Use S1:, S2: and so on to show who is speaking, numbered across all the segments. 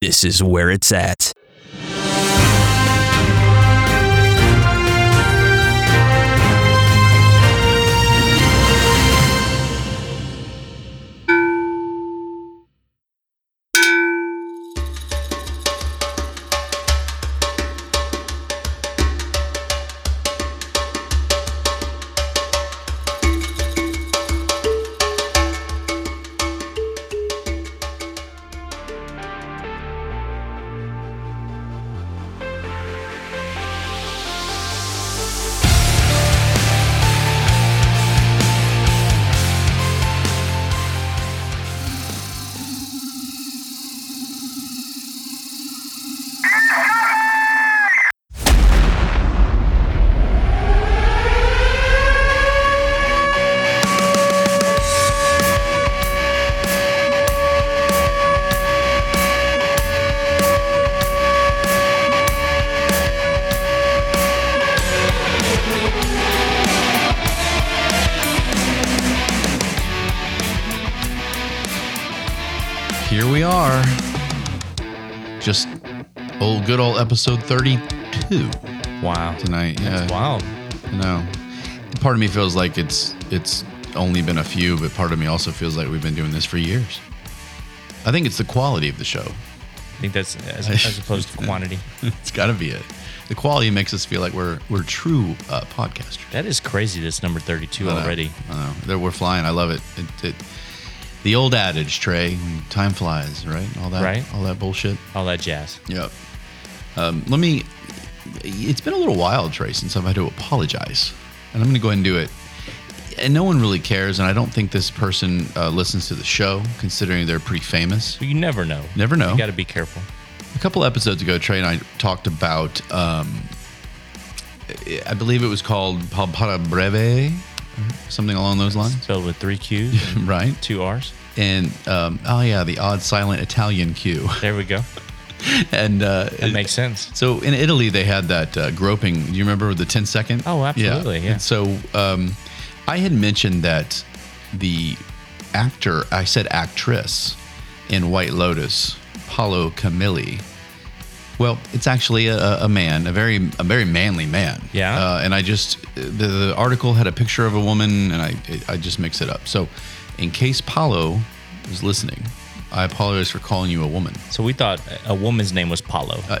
S1: This is where it's at.
S2: Here we are. Just old good old episode 32
S3: Wow.
S2: tonight. Yeah.
S3: Wow.
S2: I know. Part of me feels like it's it's only been a few, but part of me also feels like we've been doing this for years. I think it's the quality of the show.
S3: I think that's as, as opposed to quantity.
S2: It's got to be it. The quality makes us feel like we're we're true uh, podcasters.
S3: That is crazy. That's number 32
S2: I know.
S3: already.
S2: I know. There- We're flying. I love it. It, it. The old adage, Trey, time flies, right? All that,
S3: Right.
S2: all that bullshit.
S3: All that jazz.
S2: Yep. Um, let me. It's been a little while, Trey, since I've had to apologize, and I'm going to go ahead and do it. And no one really cares, and I don't think this person uh, listens to the show, considering they're pretty famous.
S3: But you never know.
S2: Never know.
S3: You got to be careful.
S2: A couple episodes ago, Trey and I talked about. Um, I believe it was called Palpata Breve, something along those lines,
S3: Spelled with three Q's and
S2: right?
S3: two R's.
S2: And um, oh yeah, the odd silent Italian Q,
S3: There we go.
S2: and uh,
S3: That makes sense.
S2: So in Italy, they had that uh, groping. Do you remember the 10 second?
S3: Oh, absolutely, yeah.
S2: And so um, I had mentioned that the actor, I said actress in White Lotus, Paolo Camilli. Well, it's actually a- a, a man, a very a very manly man.
S3: Yeah.
S2: Uh, and I just the, the article had a picture of a woman, and I it, I just mixed it up. So, in case Paolo is listening, I apologize for calling you a woman.
S3: So we thought a woman's name was Paulo.
S2: Uh,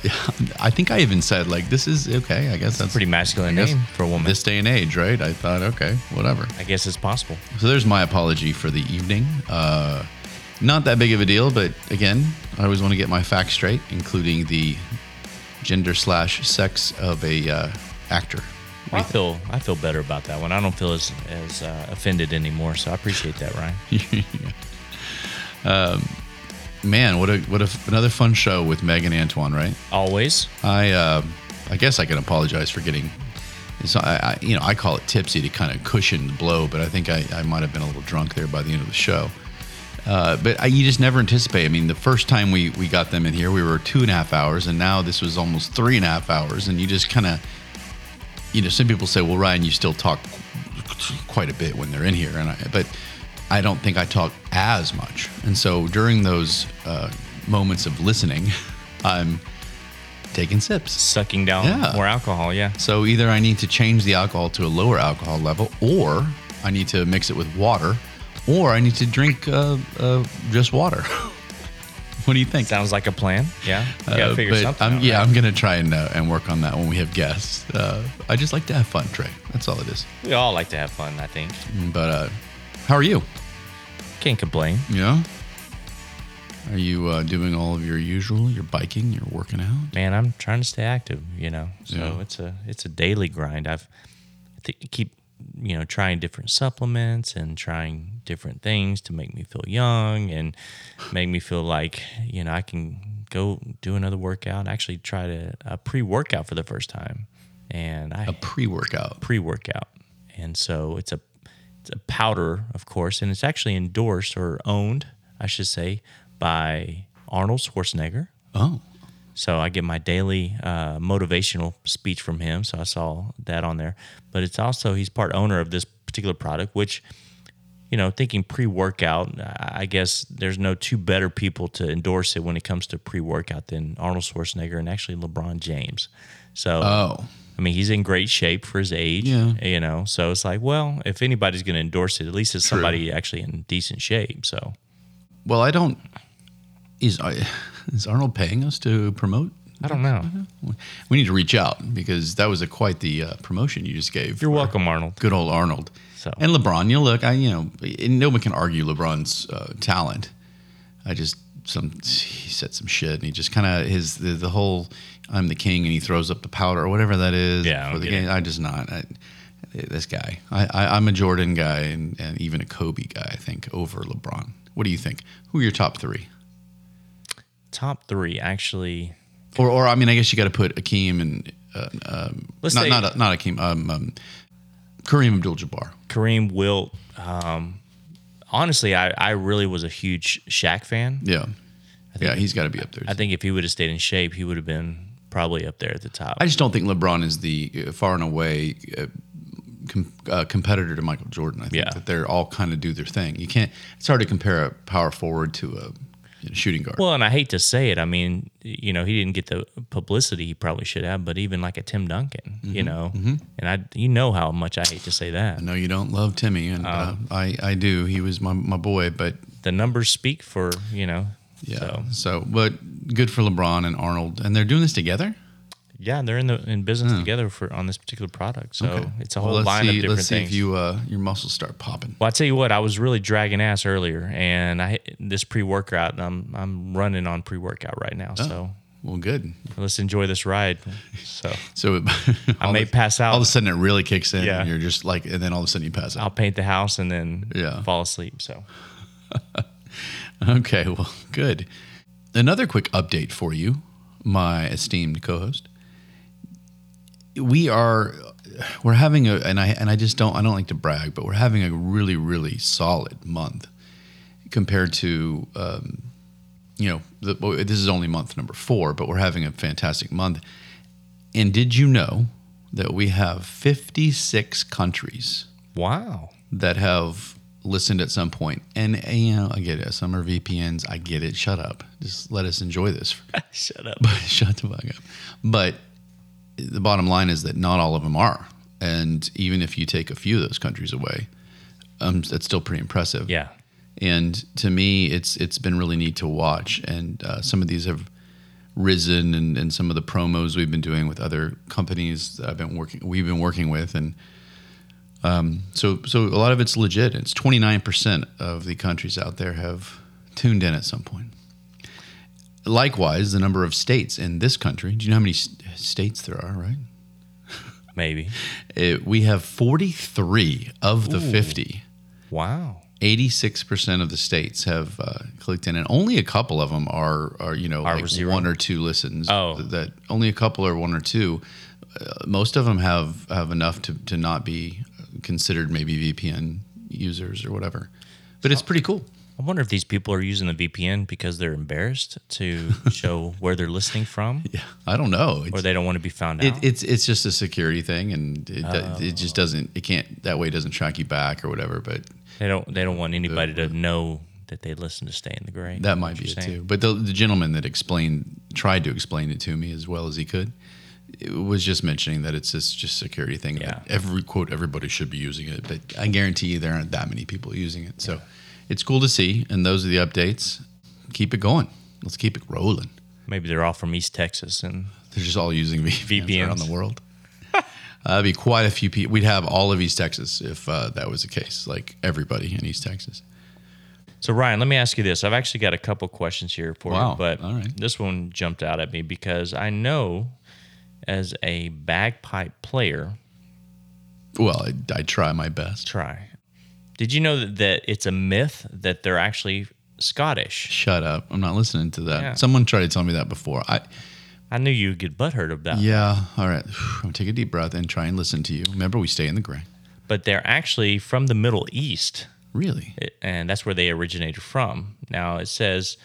S2: I think I even said like this is okay. I guess that's
S3: Pretty masculine
S2: I guess
S3: name for a woman.
S2: This day and age, right? I thought okay, whatever.
S3: I guess it's possible.
S2: So there's my apology for the evening. Uh, not that big of a deal, but again, I always want to get my facts straight, including the gender slash sex of a uh, actor.
S3: I feel I feel better about that one. I don't feel as as uh, offended anymore. So I appreciate that, Ryan.
S2: Man, what a what a, another fun show with Meg and Antoine, right?
S3: Always.
S2: I uh, I guess I can apologize for getting. So I, I, you know, I call it tipsy to kind of cushion the blow, but I think I, I might have been a little drunk there by the end of the show. Uh, but I, you just never anticipate. I mean, the first time we, we got them in here, we were two and a half hours, and now this was almost three and a half hours. And you just kind of, you know, some people say, well, Ryan, you still talk quite a bit when they're in here, and I, but I don't think I talk as much. And so during those uh, moments of listening, I'm taking sips.
S3: Sucking down
S2: Yeah.
S3: more alcohol. Yeah.
S2: So either I need to change the alcohol to a lower alcohol level, or I need to mix it with water, or I need to drink uh, uh, just water. what do you think?
S3: Sounds like a plan. Yeah. You got to
S2: Uh,
S3: figure
S2: but
S3: something
S2: I'm,
S3: out.
S2: yeah,
S3: right?
S2: I'm gonna try and uh, and work on that when we have guests. Uh, I just like to have fun, Trey. That's all it is.
S3: We all like to have fun, I think.
S2: But uh, how are you?
S3: Can't complain.
S2: You know, are you uh, doing all of your usual? You're biking. You're working out.
S3: man, I'm trying to stay active, you know. So
S2: Yeah.
S3: it's a it's a daily grind. I've I thi- keep you know trying different supplements and trying different things to make me feel young and make me feel like you know I can go do another workout. I actually tried a, a pre workout for the first time, and I
S2: A pre-workout.
S3: pre workout, and so it's a it's a powder, of course, and it's actually endorsed or owned, I should say, by Arnold Schwarzenegger.
S2: Oh,
S3: So I get my daily uh, motivational speech from him. So I saw that on there. But it's also, he's part owner of this particular product, which, you you know, thinking pre-workout, I I guess there's no two better people to endorse it when it comes to pre-workout than Arnold Schwarzenegger and actually LeBron James. So,
S2: Oh,
S3: I mean, he's in great shape for his age,
S2: Yeah.
S3: you know. So it's like, well, if anybody's going to endorse it, at least it's somebody actually in decent shape. So
S2: well, I don't. Is is Arnold paying us to promote?
S3: I don't know.
S2: Mm-hmm. We need to reach out because that was a quite the uh, promotion you just gave.
S3: You're welcome, Arnold.
S2: good old Arnold.
S3: So-
S2: and LeBron, you know, look, I you know, and no one can argue LeBron's uh, talent. I just some he said some shit, and he just kind of his the, the whole I'm the king, and he throws up the powder or whatever that is
S3: Yeah, I don't
S2: for the
S3: get
S2: game. I just not I, this guy. I, I I'm a Jordan guy, and, and even a Kobe guy. I think over LeBron. What do you think? Who are your top three?
S3: Top three, actually.
S2: Or or I mean, I guess you got to put Akeem and uh, um,
S3: Let's
S2: not
S3: say-
S2: not not Akeem um, um, Kareem Abdul-Jabbar.
S3: Kareem Wilt. Um, honestly, I, I really was a huge Shaq fan.
S2: Yeah, yeah, he's got to be up there.
S3: I think if he would have stayed in shape, he would have been probably up there at the top.
S2: I just don't think LeBron is the uh, far and away uh, com- uh, competitor to Michael Jordan. I think
S3: Yeah.
S2: that they're all kind of do their thing. You can't. It's hard to compare a power forward to a you know, shooting guard.
S3: well, and I hate to say it. I mean, you know, he didn't get the publicity he probably should have, but even like a Tim Duncan, you
S2: Mm-hmm.
S3: know, and I, you know how much I hate to say that.
S2: no, you don't love Timmy, and uh,
S3: Um.
S2: I I do. He was my my boy, but
S3: The numbers speak for, you know,
S2: yeah.
S3: So,
S2: So. but good for LeBron and Arnold, and they're doing this together.
S3: yeah, they're in the in business together for on this particular product. So it's a whole
S2: Hmm. Well, let's
S3: line
S2: see.
S3: of different
S2: let's see
S3: things.
S2: if you uh, your muscles start popping.
S3: Well, I tell you what, I was really dragging ass earlier, and I hit this pre workout. I'm I'm running on pre workout right now,
S2: Oh.
S3: so
S2: Well, good.
S3: let's enjoy this ride. So
S2: So
S3: I may pass out.
S2: All of a sudden, it really kicks in,
S3: Yeah.
S2: and you're just like, and then all of a sudden, you pass out.
S3: I'll paint the house and then
S2: Yeah.
S3: fall asleep. So
S2: Okay, well, good. Another quick update for you, my esteemed co-host. We are we're having a and I and I just don't I don't like to brag, but we're having a really really solid month compared to um, you know the, well, this is only month number four, but we're having a fantastic month. And did you know that we have 56 countries
S3: wow,
S2: that have listened at some point. And, and, you know, I get it. Some are VPNs. I get it. Shut up. Just let us enjoy this.
S3: shut up.
S2: But shut the fuck up. But the bottom line is that not all of them are. And even if you take a few of those countries away, um, that's still pretty impressive.
S3: Yeah,
S2: And to me, it's it's been really neat to watch. And uh, some of these have risen, and, and some of the promos we've been doing with other companies that I've been working, we've been working with, and um, so so a lot of it's legit. It's twenty nine percent of the countries out there have tuned in at some point. Likewise, the number of states in this country. Do you know how many s- states there are? Right,
S3: maybe.
S2: Uh we have forty three of the fifty.
S3: Wow,
S2: 86% of the states have uh, clicked in and only a couple of them are, are you know like
S3: zero.
S2: one or two listens
S3: Oh.
S2: that only a couple are one or two uh, most of them have have enough to, to not be considered maybe vpn users or whatever but it's pretty cool
S3: I wonder if these people are using the VPN because they're embarrassed to show where they're listening from,
S2: yeah i don't know
S3: or
S2: it's,
S3: they don't Oh. want to be found
S2: it,
S3: out.
S2: it's it's just a security thing and it, do- it just doesn't it can't that way it doesn't track you back or whatever but
S3: they don't. They don't want anybody to know that they listen to Stay in the Gray.
S2: That might be it
S3: Interesting.
S2: too. But the, the gentleman that explained, tried to explain it to me as well as he could, it was just mentioning that it's just just security thing.
S3: Yeah.
S2: That every quote everybody should be using it, but I guarantee you there aren't that many people using it. So it's cool to see, and those are the updates. Keep it going. Let's keep it rolling.
S3: Maybe they're all from East Texas, and
S2: They're just all using VPNs, around
S3: VPNs.
S2: the world. Uh, that'd be quite a few people. We'd have all of East Texas if uh, that was the case. Like everybody in East Texas.
S3: So Ryan, let me ask you this. I've actually got a couple questions here for
S2: Wow.
S3: you, but
S2: All right.
S3: this one jumped out at me because I know as a bagpipe player,
S2: Well, I, I try my best.
S3: try. Did you know that, that it's a myth that they're actually Scottish?
S2: Shut up. I'm not listening to that.
S3: Yeah.
S2: Someone tried to tell me that before. I
S3: I knew you'd get butthurt of that.
S2: yeah, all right. I'm gonna take a deep breath and try and listen to you. Remember we stay in the gray.
S3: But they're actually from the Middle East,
S2: Really?
S3: it- and that's where they originated from. Now it says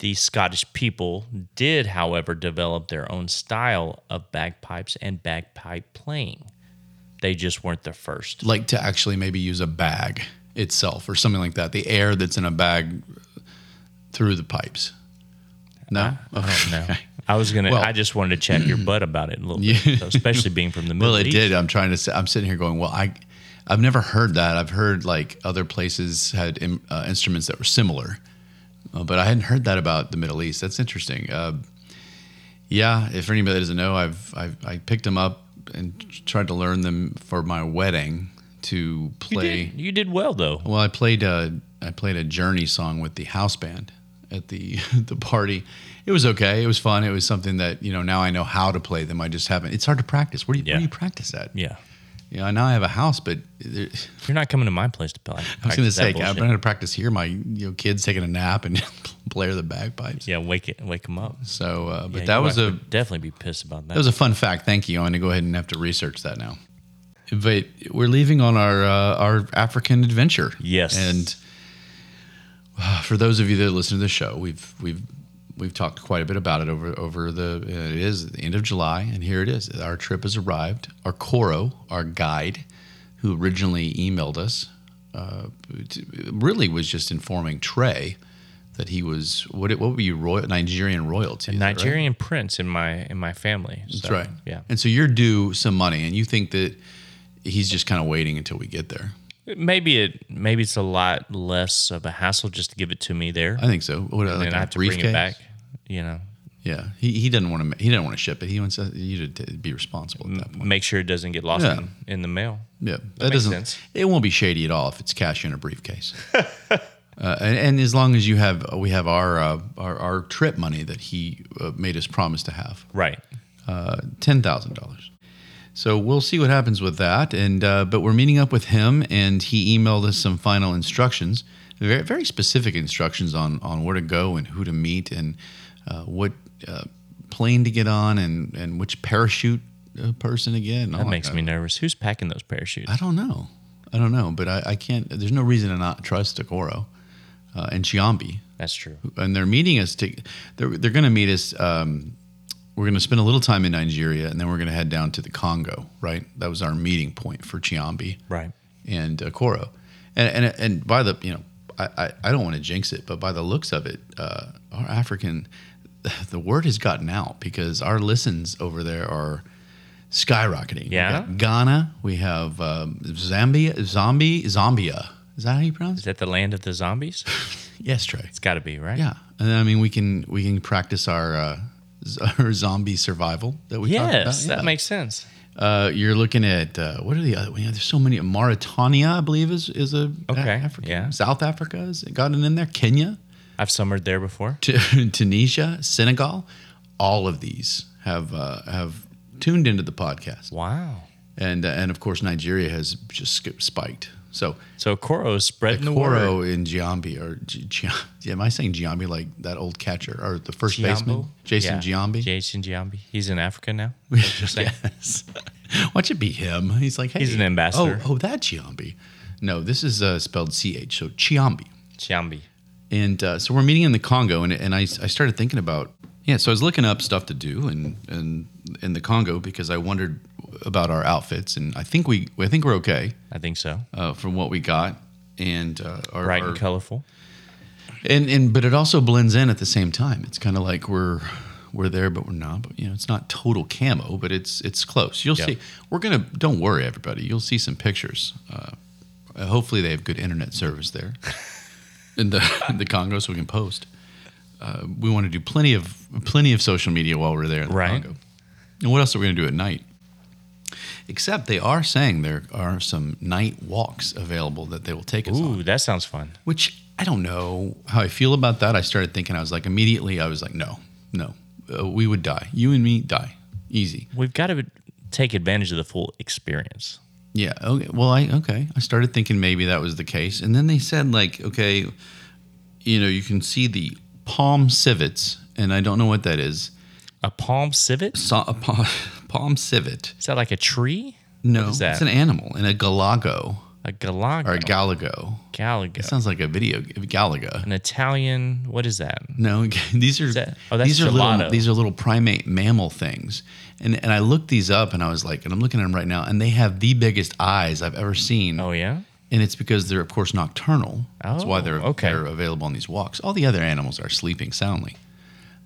S3: the Scottish people did, however, develop their own style of bagpipes and bagpipe playing. They just weren't the first.
S2: Like to actually maybe use a bag itself or something like that. The air that's in a bag through the pipes. No?
S3: I don't know.
S2: Okay.
S3: I was gonna.
S2: Well-
S3: I just wanted to check your butt about it a little
S2: Yeah.
S3: bit, so, especially being from the Middle
S2: Well, it
S3: East.
S2: did. I'm trying to. Say, I'm sitting here going, well, I, I've never heard that. I've heard like other places had im uh, instruments that were similar, uh, but I hadn't heard that about the Middle East. That's interesting. Uh, yeah, if anybody doesn't know, I've, I've I picked them up and tried to learn them for my wedding to
S3: You
S2: play.
S3: did. You did well though.
S2: Well, I played a I played a Journey song with the house band at the the party. It was okay. It was fun. It was something that you know now I know how to play them. I just haven't. It's hard to practice. Where do you where
S3: Yeah.
S2: do you practice at?
S3: Yeah.
S2: You know, now I have a house, but there,
S3: You're not coming to my place to play.
S2: I was going to say I'm going to practice here. My you know kids taking a nap and blare the bagpipes.
S3: Yeah, wake it, wake them up.
S2: So, uh, but
S3: Yeah,
S2: that
S3: your
S2: was
S3: wife
S2: a
S3: would definitely be pissed about that.
S2: that was a fun fact. Thank you. I'm going to go ahead and have to research that now. But we're leaving on our uh, our African adventure.
S3: Yes.
S2: and. uh, for those of you that listen to the show, we've we've we've talked quite a bit about it over over the. uh, It is the end of July, and here it is. Our trip has arrived. Our Coro, our guide, who originally emailed us, uh, t- really was just informing Trey that he was what what would be royal Nigerian royalty, is that right?
S3: Nigerian prince in my in my family.
S2: That's
S3: so,
S2: right.
S3: Yeah,
S2: and so you're due some money, and you think that he's just kind of waiting until we get there.
S3: maybe it maybe it's a lot less of a hassle just to give it to me there,
S2: I think so. What,
S3: and
S2: like
S3: then
S2: a
S3: I have to bring
S2: briefcase?
S3: it back. You know,
S2: Yeah, he, he didn't want to he didn't want to ship it. He wants you to t- be responsible at that point.
S3: make sure it doesn't get lost
S2: Yeah.
S3: in, in the mail.
S2: Yeah, that,
S3: Mm. makes
S2: doesn't.
S3: sense.
S2: It won't be shady at all if it's cash in a briefcase. uh, and, and as long as you have, we have our uh, our, our trip money that he uh, made us promise to have,
S3: Right.
S2: uh, ten thousand dollars. So we'll see what happens with that. And uh, but we're meeting up with him, and he emailed us some final instructions, very very specific instructions on on where to go and who to meet and uh, what uh, plane to get on and and which parachute uh, person again.
S3: That makes me nervous. Who's packing those parachutes?
S2: I don't know. I don't know, but I, I can't. There's no reason to not trust Okoro uh, and Chiambi.
S3: That's true.
S2: And they're meeting us. To, they're they're going to meet us. Um, we're going to spend a little time in Nigeria, and then we're going to head down to the Congo. Right, that was our meeting point for Chiambi
S3: Right.
S2: and Okoro. And and and by the you know, I I, I don't want to jinx it, but by the looks of it, uh, our African, the word has gotten out because our listens over there are skyrocketing. We
S3: Yeah?
S2: got Ghana. We have um, Zambia, Zombie, Zambia. Is that how you pronounce
S3: Is
S2: it?
S3: that the land of the zombies?
S2: Yes, Trey.
S3: It's got to be right.
S2: Yeah, and then, I mean we can we can practice our. Uh, z- our zombie survival that we talked about.
S3: Yes,
S2: Yeah.
S3: that makes sense.
S2: Uh, you're looking at uh, what are the other? Yeah, there's so many. Mauritania, I believe, is is a
S3: Okay,
S2: Africa.
S3: yeah.
S2: South Africa has gotten in there. Kenya,
S3: I've summered there before.
S2: Tu- Tunisia, Senegal, all of these have uh, have tuned into the podcast,
S3: Wow.
S2: and uh, and of course Nigeria has just sk- spiked. So
S3: So Koro's spreading the word.
S2: Koro in Giambi or G- Gia- yeah, am I saying Giambi like that old catcher or the first baseman
S3: Giambi?
S2: Jason
S3: Yeah.
S2: Giambi?
S3: Jason Giambi. He's in Africa now.
S2: yes. Why should it be him? He's like, hey,
S3: He's an ambassador.
S2: Oh, oh, that Chiambi. No, this is uh, spelled C H, so Chiambi.
S3: Giambi.
S2: And uh, so we're meeting in the Congo, and, and I, I started thinking about yeah. So I was looking up stuff to do and and in the Congo because I wondered about our outfits, and I think we I think we're okay
S3: I think so.
S2: uh, from what we got. And uh, our,
S3: Bright
S2: our-
S3: and colorful.
S2: and and but it also blends in at the same time. It's kind of like we're we're there, but we're not. But, you know, it's not total camo, but it's it's close. You'll
S3: Yeah.
S2: see. We're gonna. Don't worry, everybody. You'll see some pictures. Uh, hopefully, they have good internet service there in the in the Congo, so we can post. Uh, we want to do plenty of plenty of social media while we're there in the
S3: Right.
S2: Congo. And what else are we gonna do at night? Except they are saying there are some night walks available that they will take us on
S3: Ooh, that sounds fun.
S2: which I don't know how I feel about that. I started thinking, I was like, immediately, I was like, no, no, uh, we would die. You and me die. Easy.
S3: We've got to take advantage of the full experience.
S2: Yeah. Okay. Well, I, okay. I started thinking maybe that was the case. And then they said, like, okay, you know, you can see the palm civets, and I don't know what that is.
S3: A palm civet? Is
S2: So, a palm, palm civet.
S3: that like a tree?
S2: No,
S3: is that?
S2: it's an animal, and a galago
S3: A galago.
S2: or a galago.
S3: Galago.
S2: It sounds like a video galaga.
S3: An Italian. What is that?
S2: No, these are
S3: that- oh, that's
S2: these are little
S3: gelato.
S2: these are little primate mammal things, and and I looked these up and I was like, and I'm looking at them right now, and they have the biggest eyes I've ever seen,
S3: Oh yeah.
S2: and it's because they're of course nocturnal. That's why
S3: Oh,
S2: they're
S3: okay.
S2: they're available on these walks. All the other animals are sleeping soundly.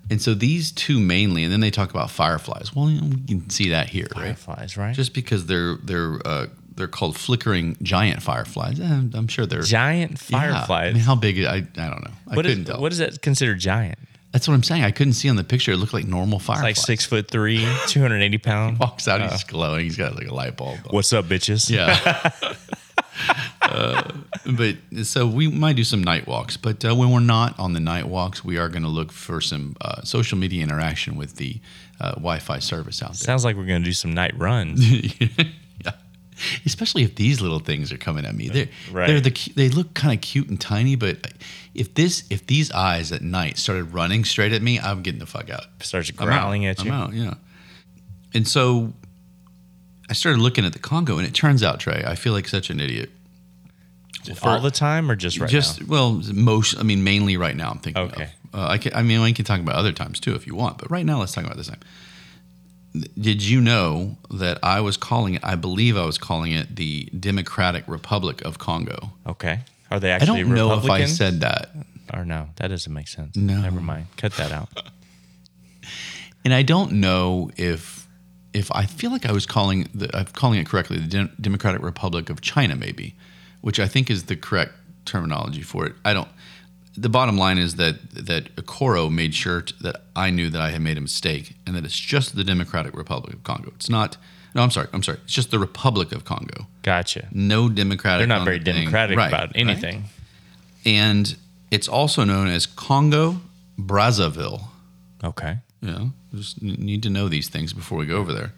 S2: And so these two mainly, and then they talk about fireflies. Well, you know, we can see that here, right?
S3: Fireflies, right?
S2: Just because they're they're uh, they're called flickering giant fireflies. Eh, I'm sure they're
S3: giant
S2: Yeah. I
S3: fireflies.
S2: mean, how big? I I don't know. I
S3: What is
S2: couldn't tell.
S3: what is that considered giant?
S2: That's what I'm saying. I couldn't see on the picture. It looked like normal fireflies.
S3: Like six Oh. foot three, two hundred eighty pound.
S2: Walks out, he's glowing. He's got like a light bulb. on.
S3: What's up, bitches?
S2: Yeah. Uh, but so we might do some night walks, but uh, when we're not on the night walks, we are going to look for some uh, social media interaction with the uh, Wi-Fi service out there.
S3: Sounds like we're gonna do some night runs.
S2: yeah. Especially if these little things are coming at me, they're
S3: Right.
S2: they're the cu- they look kind of cute and tiny, but if this if these eyes at night started running straight at me, I'm getting the fuck out.
S3: Starts
S2: I'm out.
S3: growling at you.
S2: I'm out, yeah. And so I started looking at the Congo, and it turns out, Trey, I feel like such an idiot.
S3: all the time or just right
S2: Just well, most. I mean, mainly right now. I'm thinking.
S3: Okay.
S2: Of. Uh, I can. I mean, I can talk about other times too if you want, but right now, let's talk about this time. Did you know that I was calling it? I believe I was calling it the Democratic Republic of Congo.
S3: now? Okay. Are they
S2: I
S3: actually
S2: don't know if I
S3: Republicans?
S2: said that.
S3: or no, that doesn't make sense.
S2: No.
S3: Never mind. Cut that out.
S2: and I don't know if if I feel like I was calling the I'm calling it correctly the Dem- Democratic Republic of China maybe, which I think is the correct terminology for it. I don't. The bottom line is that that Okoro made sure t- that I knew that I had made a mistake and that it's just the Democratic Republic of Congo. It's not. No, I'm sorry. I'm sorry. It's just the Republic of Congo.
S3: Gotcha.
S2: No democratic.
S3: They're not
S2: on
S3: very
S2: the thing.
S3: democratic
S2: Right,
S3: about
S2: right.
S3: anything.
S2: And it's also known as Congo Brazzaville.
S3: Okay.
S2: You know, just n- need to know these things before we go over there.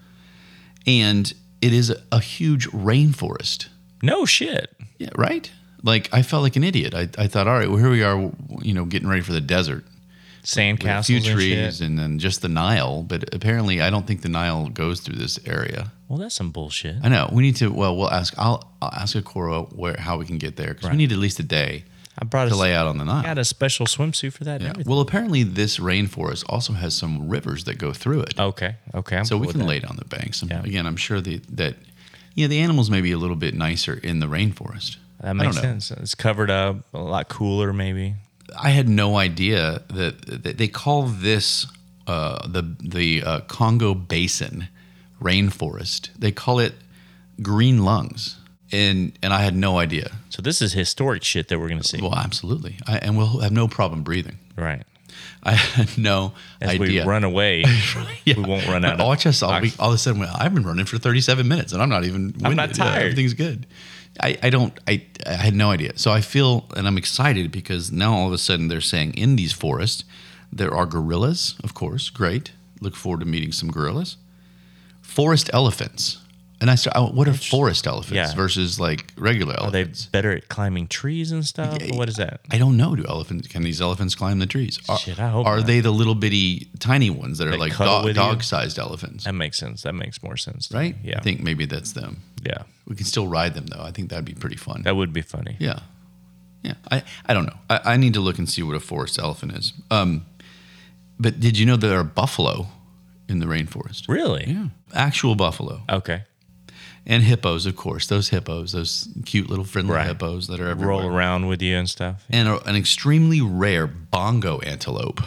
S2: And it is a, a huge rainforest.
S3: No shit.
S2: Yeah, right? Like I felt like an idiot. I, I thought, all right, well here we are, w- you know, getting ready for the desert. A
S3: Sandcastles
S2: few
S3: and shit.
S2: trees and then just the Nile. But apparently, I don't think the Nile goes through this area.
S3: Well, that's some bullshit.
S2: I know we need to. Well, we'll ask. I'll I'll ask Akora where how we can get there because we need at least a day
S3: I brought
S2: to
S3: a,
S2: lay out on the Nile.
S3: got a special swimsuit for that.
S2: Yeah.
S3: And everything.
S2: Well, apparently this rainforest also has some rivers that go through it.
S3: Okay. Okay. I'm
S2: So
S3: cool
S2: we
S3: with
S2: can
S3: that.
S2: lay down the banks. And
S3: Yeah.
S2: Again, I'm sure the, that you know the animals may be a little bit nicer in the rainforest.
S3: That
S2: I don't
S3: makes
S2: know.
S3: sense. It's covered up, a lot cooler, maybe.
S2: I had no idea that, that they call this uh, the the uh, Congo Basin rainforest. They call it green lungs, and and I had no idea.
S3: So this is historic shit that we're gonna see,
S2: Well, absolutely, I, and we'll have no problem breathing.
S3: right?
S2: I had no
S3: As
S2: idea.
S3: we run away, we won't run out. of
S2: Watch us all week. All of a sudden, well, I've been running for 37 minutes, and I'm not even. Winded.
S3: not
S2: Yeah,
S3: tired.
S2: everything's good. I, I don't. I I had no idea. So I feel, and I'm excited because now all of a sudden they're saying in these forests there are gorillas. Of course, great. Look forward to meeting some gorillas. Forest elephants, and I said, oh, what are forest elephants
S3: Yeah.
S2: versus like regular
S3: Are they
S2: elephants?
S3: better at climbing trees and stuff?
S2: Yeah,
S3: what is that?
S2: I don't know. Do elephants? Can these elephants climb the trees? Are,
S3: Shit, I hope
S2: are
S3: not.
S2: they the little bitty tiny ones that are like
S3: cuddle
S2: dog,
S3: with you?
S2: dog-sized elephants?
S3: That makes sense. That makes more sense, to me.
S2: right?
S3: Yeah.
S2: I think maybe that's them.
S3: yeah.
S2: We can still ride them though. I think that'd be pretty fun.
S3: That would be funny.
S2: Yeah. Yeah. I, I don't know. I, I need to look and see what a forest elephant is. Um, but did you know there are buffalo in the rainforest?
S3: Really?
S2: Yeah. Actual buffalo.
S3: Okay.
S2: And hippos, of course. Those hippos, those cute little friendly
S3: Right.
S2: hippos that are everywhere.
S3: Roll around with you and stuff.
S2: And a, an extremely rare bongo antelope.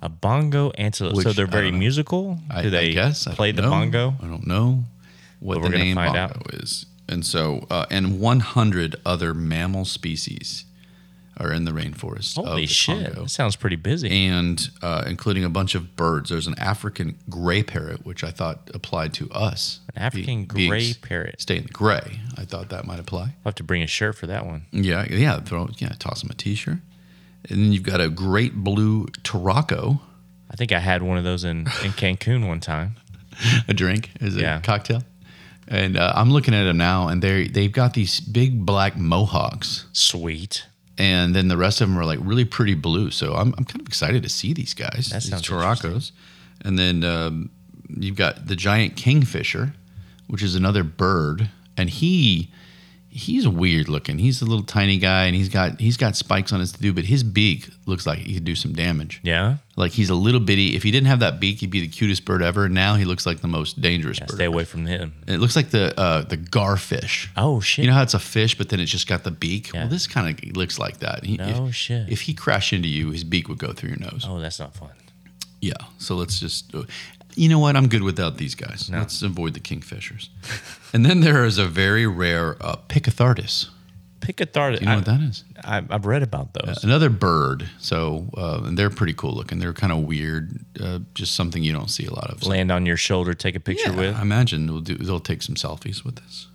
S3: A bongo antelope. so
S2: Which,
S3: they're
S2: I
S3: very
S2: don't know.
S3: musical.
S2: I,
S3: Do they
S2: I guess. I
S3: play
S2: don't
S3: the
S2: know.
S3: bongo?
S2: I don't know what
S3: we're
S2: the
S3: gonna
S2: name
S3: find
S2: bongo
S3: out.
S2: is. And so, uh, and 100 other mammal species are in the rainforest of
S3: Holy
S2: the
S3: shit!
S2: Congo.
S3: That sounds pretty busy.
S2: and uh, including a bunch of birds. There's an African gray parrot, which I thought applied to us.
S3: An African
S2: Be- being
S3: gray
S2: s-
S3: parrot.
S2: Stay in the gray. I thought that might apply.
S3: I'll have to bring a shirt for that one.
S2: Yeah, yeah, throw, yeah. Toss him a t-shirt, and then you've got a great blue Tarocco.
S3: I think I had one of those in, in Cancun one time.
S2: a drink is
S3: Yeah.
S2: a cocktail. And uh, I'm looking at them now, and they they've got these big black mohawks,
S3: Sweet.
S2: and then the rest of them are like really pretty blue. So I'm, I'm kind of excited to see these guys,
S3: That
S2: these
S3: sounds
S2: Taracos. And then um, you've got the giant kingfisher, which is another bird, and he he's weird looking. He's a little tiny guy, and he's got he's got spikes on his do, but his beak looks like he could do some damage.
S3: Yeah.
S2: Like he's a little bitty. If he didn't have that beak, he'd be the cutest bird ever. Now he looks like the most dangerous bird.
S3: Stay away from him.
S2: It looks like the uh, the garfish.
S3: Oh shit.
S2: You know how it's a fish, but then it's just got the beak.
S3: Yeah.
S2: Well, this kind of looks like that. He,
S3: No
S2: if,
S3: Oh, shit.
S2: If he crashed into you, his beak would go through your nose.
S3: oh, that's not fun.
S2: Yeah. So let's just. uh, You know what? I'm good without these guys. Let's avoid the kingfishers. and then there is a very rare uh, Picathartis.
S3: Pick a thart.
S2: You know what that is?
S3: I, I, I've read about those.
S2: Another bird. So, uh, and they're pretty cool looking. They're kind of weird. Uh, just something you don't see a lot of. So-
S3: Land on your shoulder, take a picture
S2: Yeah,
S3: with.
S2: I imagine they'll do. They'll take some selfies with this.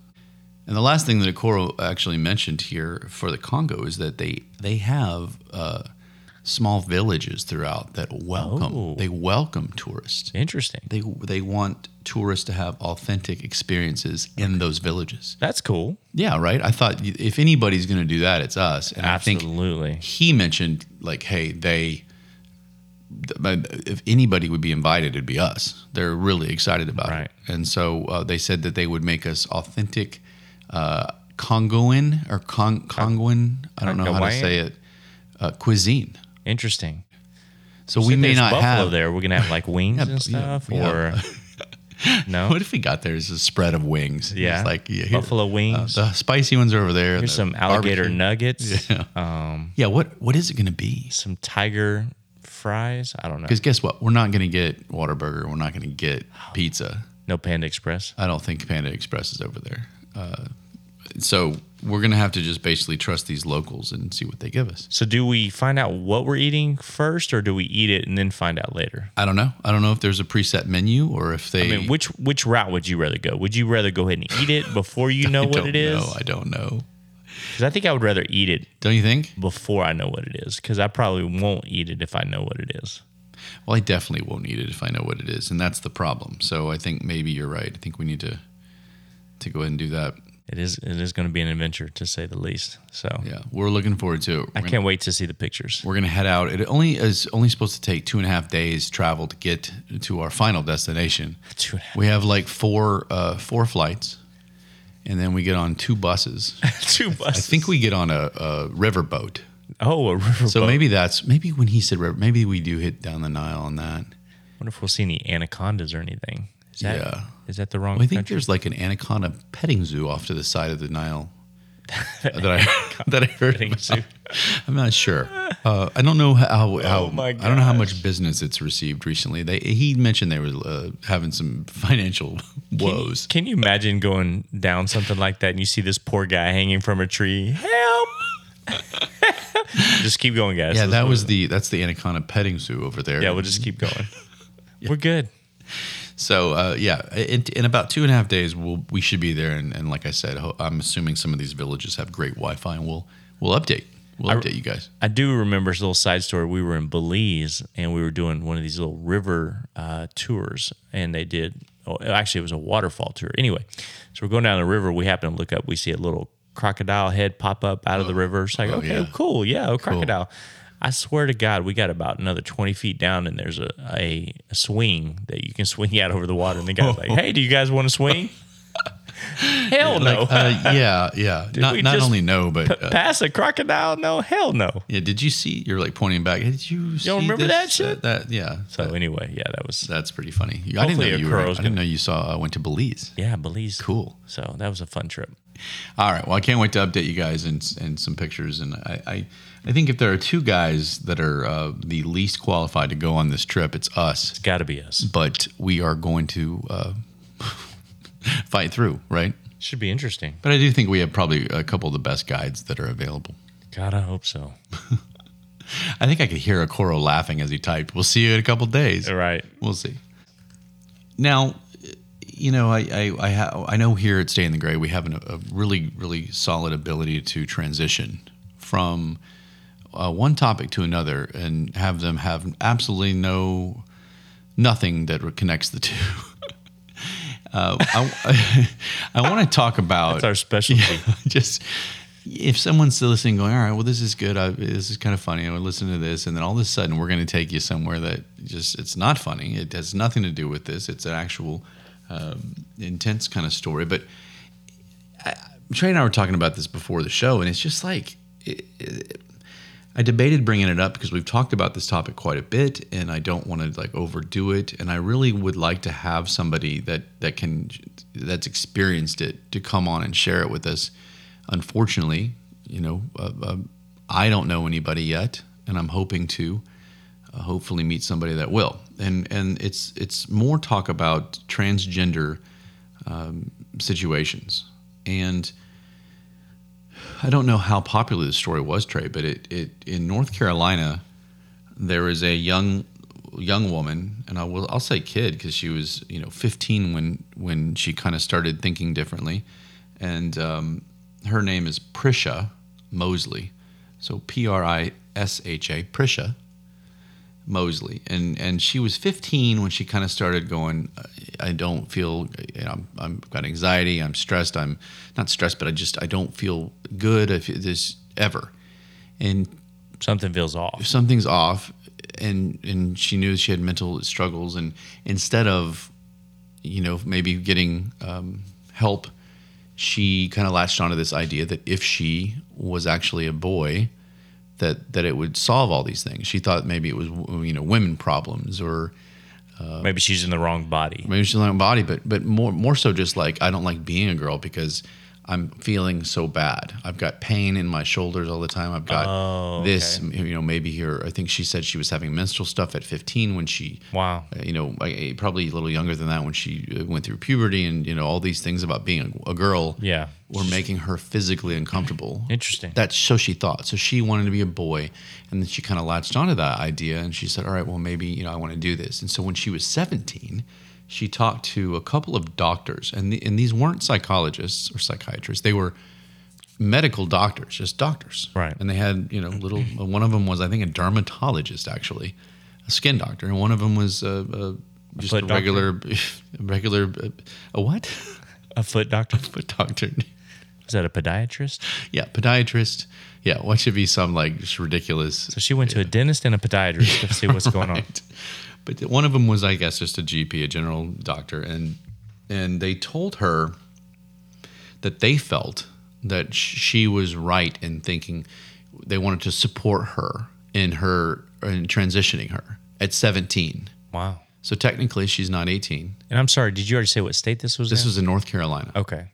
S2: And the last thing that Okoro actually mentioned here for the Congo is that they they have uh, small villages throughout that welcome.
S3: Oh.
S2: They welcome tourists.
S3: Interesting.
S2: They they want tourists to have authentic experiences in those villages.
S3: That's cool.
S2: Yeah, right. I thought y- if anybody's going to do that, it's us. And I think
S3: Absolutely.
S2: he mentioned like, hey, they. th- If anybody would be invited, it'd be us. They're really excited about
S3: Right.
S2: it, and so uh, they said that they would make us authentic uh, Congoan or Cong- Congoan. I don't know how to
S3: Congolese?
S2: say it. Uh, cuisine.
S3: Interesting.
S2: So we
S3: If
S2: may
S3: there's
S2: not
S3: buffalo
S2: have.
S3: there. We're gonna have like wings
S2: Yeah,
S3: and stuff,
S2: yeah.
S3: or no?
S2: What if we got there is a spread of wings? It's
S3: Yeah.
S2: like yeah, here-
S3: buffalo
S2: uh,
S3: wings.
S2: the spicy ones are over there.
S3: Here's
S2: the
S3: some alligator
S2: barbecue.
S3: nuggets.
S2: Yeah.
S3: Um,
S2: Yeah, what what is it going to be?
S3: some tiger fries. I don't know.
S2: Because guess what? We're not going to get Whataburger. We're not going to get
S3: Oh.
S2: pizza.
S3: No Panda Express.
S2: I don't think Panda Express is over there. Uh, so we're going to have to just basically trust these locals and see what they give us.
S3: So do we find out what we're eating first, or do we eat it and then find out later?
S2: I don't know. I don't know if there's a preset menu or if they.
S3: I mean, which which route would you rather go? Would you rather go ahead and eat it before you know
S2: I
S3: what
S2: don't
S3: it is?
S2: Know. I don't know.
S3: 'Cause I think I would rather eat it
S2: Don't you think?
S3: before I know what it is, because I probably won't eat it if I know what it is.
S2: Well, I definitely won't eat it if I know what it is, and that's the problem. So I think maybe you're right. I think we need to to go ahead and do that.
S3: It is it is going to be an adventure to say the least. So
S2: Yeah, we're looking forward to it. We're
S3: I
S2: gonna-
S3: can't wait to see the pictures.
S2: We're gonna head out. It only is only supposed to take two and a half days travel to get to our final destination.
S3: Two and a half-
S2: We have like four uh, four flights, and then we get on two buses. I
S3: Two buses.
S2: think we get on a, a river boat.
S3: Oh, a riverboat.
S2: So maybe that's maybe when he said river, maybe we do hit down the Nile on that.
S3: wonder if we'll see any anacondas or anything. Is that,
S2: Yeah.
S3: Is that the wrong
S2: Well, I think
S3: country?
S2: there's like an anaconda petting zoo off to the side of the Nile that I that I heard.
S3: petting
S2: About.
S3: zoo.
S2: I'm not sure. Uh, I don't know how. how
S3: Oh my
S2: I don't know how much business it's received recently. They he mentioned they were uh, having some financial woes.
S3: Can you imagine going down something like that and you see this poor guy hanging from a tree? Help! just keep going, guys.
S2: Yeah,
S3: This
S2: that was the that's the anaconda petting zoo over there.
S3: Yeah, we'll just keep going. We're good.
S2: So uh, yeah, in, in about two and a half days, we'll, we should be there. And, and like I said, ho- I'm assuming some of these villages have great Wi-Fi, and we'll we'll update. We'll update you guys.
S3: I do remember this little side story. We were in Belize and we were doing one of these little river uh, tours, and they did. Oh, actually, it was a waterfall tour. Anyway, so we're going down the river. We happen to look up. We see a little crocodile head pop up out of the river. It's like, okay,
S2: Oh. yeah.
S3: cool, yeah, a crocodile. I swear to God, we got about another twenty feet down, and there's a, a, a swing that you can swing out over the water. And the guy's
S2: Oh.
S3: like, "Hey, do you guys want to swing?" hell no.
S2: Like, uh, yeah, yeah.
S3: we
S2: not not
S3: just
S2: only no, but uh,
S3: Pass a crocodile? No, hell no.
S2: yeah. Did you see? You're like pointing back. Did you? You
S3: don't remember that shit?
S2: That yeah.
S3: So anyway, yeah, that was
S2: That's pretty funny. You- I didn't know
S3: Hopefully a
S2: you were, I
S3: crow's
S2: didn't know you saw. I went to Belize.
S3: Yeah, Belize.
S2: Cool.
S3: So that was a fun trip.
S2: All right. Well, I can't wait to update you guys and and some pictures. And I I, I think if there are two guys that are uh, the least qualified to go on this trip, it's us.
S3: It's got to be us.
S2: But we are going to uh, fight through, right?
S3: Should be interesting.
S2: But I do think we have probably a couple of the best guides that are available.
S3: God, I hope so.
S2: I think I could hear Okoro laughing as he typed. We'll see you in a couple of days.
S3: All right.
S2: We'll see. Now, you know, I I I, ha- I know here at Stay in the Gray we have an, a really really solid ability to transition from uh, one topic to another and have them have absolutely no nothing that connects the two. Uh, I, I want to talk about
S3: It's our specialty.
S2: just if someone's still listening, going, all right, well, this is good. I, this is kind of funny. I would listen to this, and then all of a sudden, we're going to take you somewhere that just it's not funny. It has nothing to do with this. It's an actual um, intense kind of story. But I, Trey and I were talking about this before the show, and it's just like it, it, I debated bringing it up because we've talked about this topic quite a bit, and I don't want to like overdo it. And I really would like to have somebody that that can that's experienced it to come on and share it with us. Unfortunately, you know, uh, uh, I don't know anybody yet, and I'm hoping to uh, hopefully meet somebody that will. And and it's it's more talk about transgender um, situations and. I don't know how popular this story was, Trey, but it, it in North Carolina, there is a young young woman, and I will I'll say kid because she was you know 15 when when she kind of started thinking differently, and um, her name is Prisha Mosley, so P R I S H A Prisha Mosley, and and she was 15 when she kind of started going. I don't feel. You know, I'm, I'm got anxiety. I'm stressed. I'm not stressed, but I just I don't feel good if it- this ever. And
S3: Something feels off.
S2: if something's off and and she knew she had mental struggles and instead of you know maybe getting um, help she kind of latched onto this idea that if she was actually a boy that that it would solve all these things she thought maybe it was you know women problems or
S3: Maybe she's in the wrong body.
S2: maybe she's in the wrong body but but more more so just like i don't like being a girl because i'm feeling so bad i've got pain in my shoulders all the time i've got
S3: Oh,
S2: this you know maybe here i think she said she was having menstrual stuff at 15 when she
S3: Wow.
S2: uh, you know I- probably a little younger than that when she uh, went through puberty and you know all these things about being a, a girl
S3: Yeah.
S2: were making her physically uncomfortable
S3: Interesting.
S2: that's so she thought. So she wanted to be a boy, and then she kind of latched onto that idea, and she said, "All right, well, maybe you know I want to do this." And so when she was 17, she talked to a couple of doctors, and the, and these weren't psychologists or psychiatrists; they were medical doctors, just doctors,
S3: Right.
S2: And they had you know little. uh, One of them was I think a dermatologist actually, a skin doctor, and one of them was a, a just a
S3: foot doctor.
S2: regular, a regular, uh, a what?
S3: a foot doctor?
S2: Foot doctor.
S3: Is that a podiatrist?
S2: Yeah, podiatrist. Yeah, what should be some like just ridiculous.
S3: So she went to a dentist and a podiatrist to see what's going on.
S2: But one of them was, I guess, just a GP, a general doctor, and and they told her that they felt that sh- she was right in thinking they wanted to support her in her in transitioning her at 17.
S3: Wow.
S2: So technically, she's not 18.
S3: And I'm sorry, did you already say what state this was
S2: This
S3: in?
S2: was in North Carolina.
S3: okay.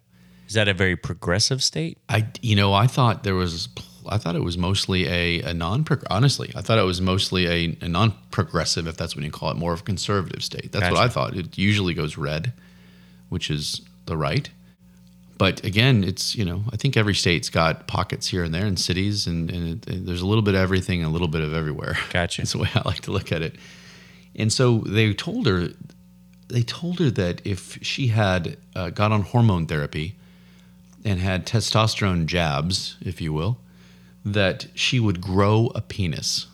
S3: Is that a very progressive state?
S2: I you know I thought there was I thought it was mostly a, a non honestly I thought it was mostly a, a non progressive if that's what you call it more of a conservative state that's what
S3: Gotcha.
S2: I thought it usually goes red which is the right but again it's you know I think every state's got pockets here and there and cities and, and it, there's a little bit of everything and a little bit of everywhere
S3: Gotcha.
S2: that's the way I like to look at it and so they told her they told her that if she had uh, got on hormone therapy and had testosterone jabs, if you will, that she would grow a penis.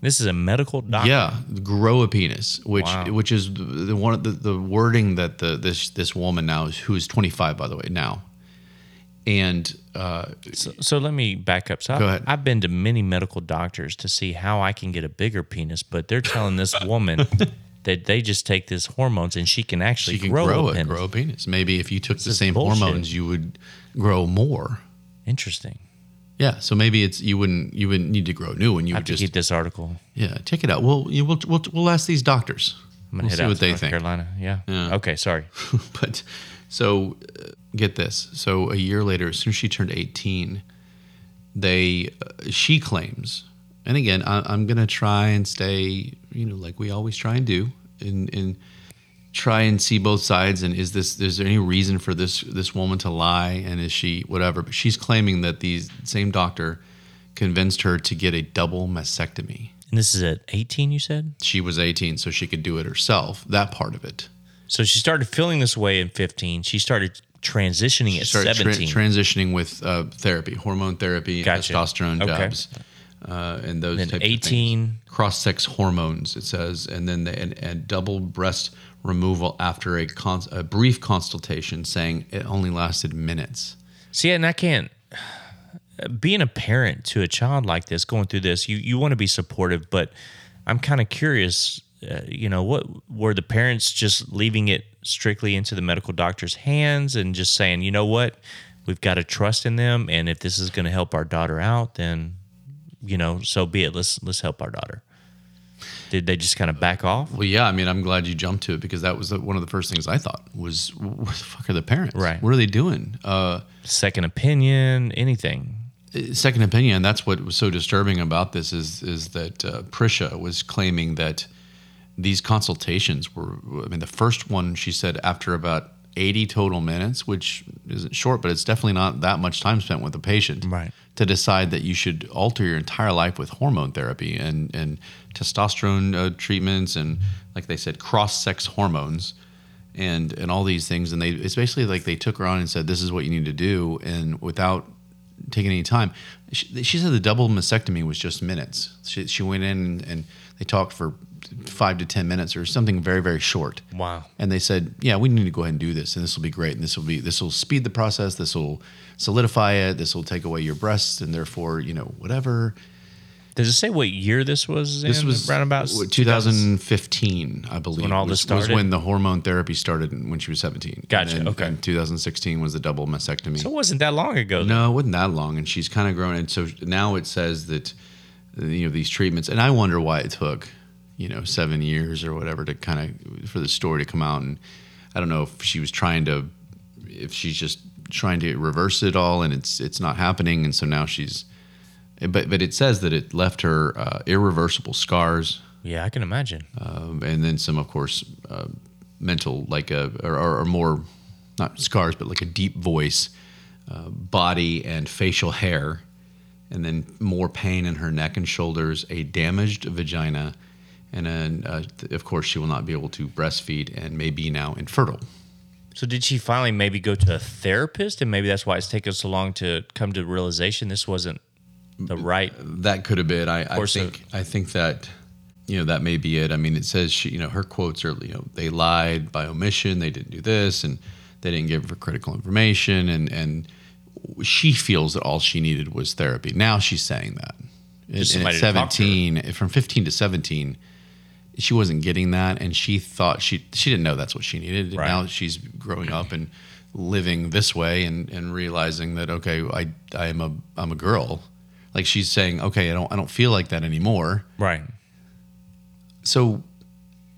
S3: This is a medical doctor.
S2: Yeah, grow a penis, which
S3: Wow.
S2: which is the, the one of the, the wording that the this this woman now is, who is 25 by the way now, and uh,
S3: So, so let me back up. So
S2: Go
S3: I,
S2: ahead.
S3: I've been to many medical doctors to see how I can get a bigger penis, but they're telling this woman that they just take these hormones and she can actually
S2: you can
S3: grow,
S2: grow,
S3: a
S2: it,
S3: penis.
S2: grow a penis. Maybe if you took the
S3: is
S2: same
S3: bullshit.
S2: hormones, you would grow more.
S3: Interesting.
S2: Yeah, so maybe it's you wouldn't you wouldn't need to grow a new one. You
S3: I
S2: would
S3: have to
S2: just
S3: keep this article.
S2: Yeah, take it out. We'll you, we'll, we'll we'll ask these doctors.
S3: I'm gonna
S2: We'll
S3: head
S2: see
S3: out
S2: what
S3: to
S2: they
S3: North
S2: think.
S3: Carolina. Yeah. Okay. Sorry.
S2: but so uh, get this. So a year later, as soon as she turned 18, they uh, she claims, and again, I, I'm gonna try and stay, you know, like we always try and do, and and try and see both sides. And is this is there any reason for this this woman to lie? And is she whatever? But she's claiming that these same doctor convinced her to get a double mastectomy.
S3: And this is at 18. You said.
S2: She was 18, so she could do it herself. That part of it.
S3: So she started feeling this way at 15. She started transitioning at
S2: Start tra-
S3: 17.
S2: transitioning with uh, therapy, hormone therapy,
S3: Gotcha.
S2: testosterone
S3: Okay.
S2: jabs, uh, and those.
S3: Then
S2: types of things.
S3: 18.
S2: cross-sex hormones, it says, and then the, and, and double breast removal after a, cons- a brief consultation, saying it only lasted minutes.
S3: See, and I can't. Being a parent to a child like this, going through this, you you want to be supportive, but I'm kind of curious. Uh, you know, what were the parents just leaving it strictly into the medical doctor's hands and just saying, you know what, we've got to trust in them, and if this is going to help our daughter out, then you know, so be it. Let's let's help our daughter. Did they just kind of back off?
S2: Well, yeah. I mean, I'm glad you jumped to it because that was the, one of the first things I thought was, what the fuck are the parents?
S3: Right.
S2: What are they doing? Uh,
S3: Second opinion, anything?
S2: second opinion. and That's what was so disturbing about this is is that uh, Prisha was claiming that these consultations were. I mean, the first one she said after about eighty total minutes, which isn't short, but it's definitely not that much time spent with a patient
S3: Right.
S2: to decide that you should alter your entire life with hormone therapy and and testosterone uh, treatments and like they said cross sex hormones and and all these things and they it's basically like they took her on and said this is what you need to do and without taking any time she, she said the double mastectomy was just minutes she, she went in and, and they talked for five to ten minutes or something very very short
S3: Wow.
S2: and they said, "Yeah, we need to go ahead and do this, and this will be great, and this will be this will speed the process, this will solidify it, this will take away your breasts, and therefore, you know, whatever."
S3: Does it say what year this was?
S2: This
S3: in?
S2: was
S3: around about
S2: 2015, I believe.
S3: When all
S2: was,
S3: this
S2: was
S3: started?
S2: when the hormone therapy started when she was 17.
S3: Gotcha,
S2: And then-
S3: okay.
S2: And 2016 was the double mastectomy.
S3: So it wasn't that long ago.
S2: No, it wasn't that long, and she's kind of grown. And so now it says that you know these treatments, and I wonder why it took you know seven years or whatever to kind of for the story to come out. And I don't know if she was trying to, if she's just trying to reverse it all, and it's it's not happening, and so now she's. But but it says that it left her uh, irreversible scars,
S3: Yeah, I can imagine.
S2: um, and then some, of course, uh, mental like a or, or, or more, not scars, but like a deep voice, uh, body and facial hair, and then more pain in her neck and shoulders, a damaged vagina, and then uh, th- of course she will not be able to breastfeed and may be now infertile.
S3: So did she finally maybe go to a therapist, and maybe that's why it's taken so long to come to the realization this wasn't the
S2: Mm,
S3: right?
S2: That could have been. I, I
S3: course,
S2: think. I think that. You know that may be it. I mean, it says she. You know, her quotes are. You know, they lied by omission. They didn't do this, and they didn't give her critical information. And and she feels that all she needed was therapy. Now she's saying that. And- And at
S3: somebody to talk to her.
S2: seventeen, from fifteen to seventeen, she wasn't getting that, and she thought she she didn't know that's what she needed. And
S3: Right.
S2: Now she's growing up and living this way, and and realizing that okay, I I am a I'm a girl. Like she's saying, okay, I don't I don't feel like that anymore.
S3: Right.
S2: So,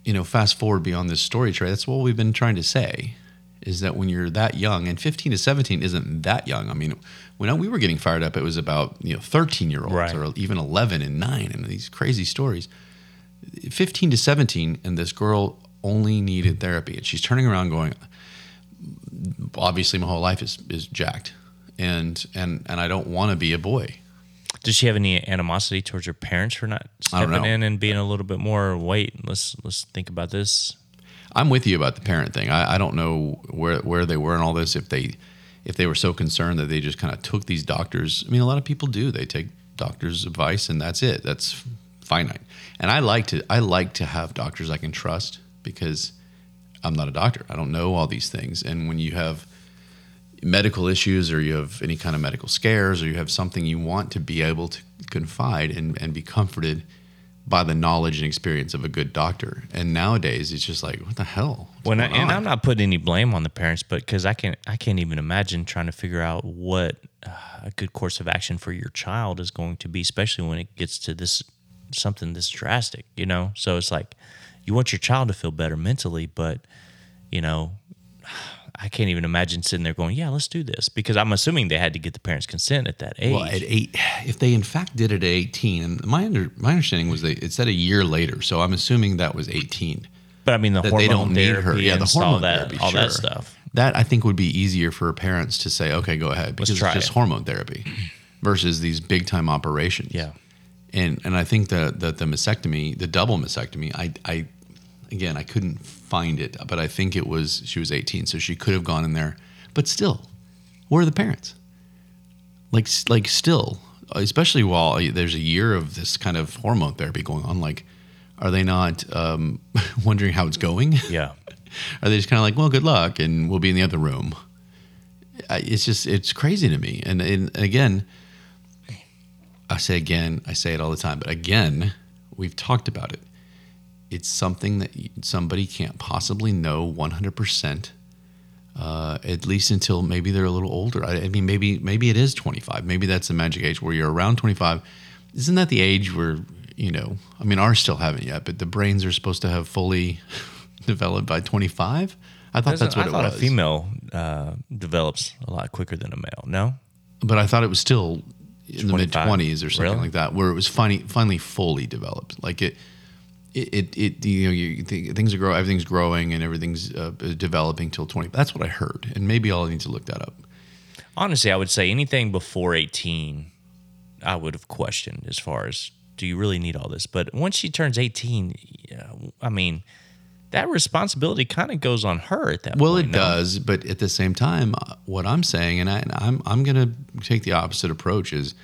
S2: you know, fast forward beyond this story, Trey. That's what we've been trying to say is that when you're that young, and 15 to 17 isn't that young. I mean, when I- we were getting fired up, it was about you know 13 year olds
S3: Right.
S2: or even 11 and nine, and these crazy stories. 15 to 17, and this girl only needed therapy, and she's turning around going, obviously my whole life is is jacked, and and and I don't want to be a boy.
S3: Does she have any animosity towards her parents for not
S2: I don't
S3: stepping
S2: know.
S3: in and being a little bit more? Wait, let's let's think about this.
S2: I'm with you about the parent thing. I, I don't know where where they were in all this. If they if they were so concerned that they just kind of took these doctors. I mean, a lot of people do. They take doctors' advice and that's it. That's finite. And I like to I like to have doctors I can trust because I'm not a doctor. I don't know all these things. And when you have medical issues or you have any kind of medical scares or you have something you want to be able to confide and, and be comforted by the knowledge and experience of a good doctor. And nowadays it's just like, what the hell? What's
S3: When I,
S2: going
S3: and
S2: on?
S3: I'm not putting any blame on the parents, but because I can't I can't even imagine trying to figure out what uh, a good course of action for your child is going to be, especially when it gets to this something this drastic. You know, so it's like you want your child to feel better mentally, but you know. I can't even imagine sitting there going, "Yeah, let's do this," because I'm assuming they had to get the parents' consent at that age.
S2: Well, at eight, if they in fact did it at 18, and my under, my understanding was they it said a year later, so I'm assuming that was 18.
S3: But I mean, the
S2: that
S3: hormone
S2: they don't need
S3: therapy
S2: her. Yeah, the
S3: and all
S2: hormone
S3: that,
S2: therapy,
S3: all that
S2: sure.
S3: stuff.
S2: That I think would be easier for parents to say, okay, go ahead, because
S3: try
S2: it's just
S3: it.
S2: hormone therapy versus these big time operations.
S3: Yeah.
S2: and and I think that that the mastectomy, the double mastectomy, I I again I couldn't find it, but I think it was she was 18, so she could have gone in there, but still, where are the parents? Like s- like still, especially while uh, there's a year of this kind of hormone therapy going on, like. Are they not um, wondering how it's going?
S3: Yeah.
S2: Are they just kind of like, well, good luck, and we'll be in the other room? I- It's just, it's crazy to me. And, and again, I say again, I say it all the time, but again, we've talked about it. it's something that you- somebody can't possibly know 100%. Uh, at least until maybe they're a little older. I, I mean, maybe maybe it is 25. Maybe that's the magic age where you're around 25. Isn't that the age where you know? I mean, ours still haven't yet, but the brains are supposed to have fully developed by 25. I thought that's
S3: Doesn't-
S2: what
S3: I
S2: it
S3: thought
S2: was.
S3: a female uh, develops a lot quicker than a male. No,
S2: but I thought it was still in the mid
S3: 25.
S2: 20s or something
S3: Really?
S2: like that, where it was finally finally fully developed. Like it, it, it, it you know, you think things are growing, everything's growing, and everything's uh, developing till 20. That's what I heard, and maybe I'll need to look that up.
S3: honestly, I would say anything before eighteen, I would have questioned as far as do you really need all this. But once she turns eighteen, yeah, I mean, that responsibility kind of goes on her at that
S2: Well,
S3: point.
S2: it does, but at the same time, uh, what I'm saying, and, I, and I'm I'm going to take the opposite approach is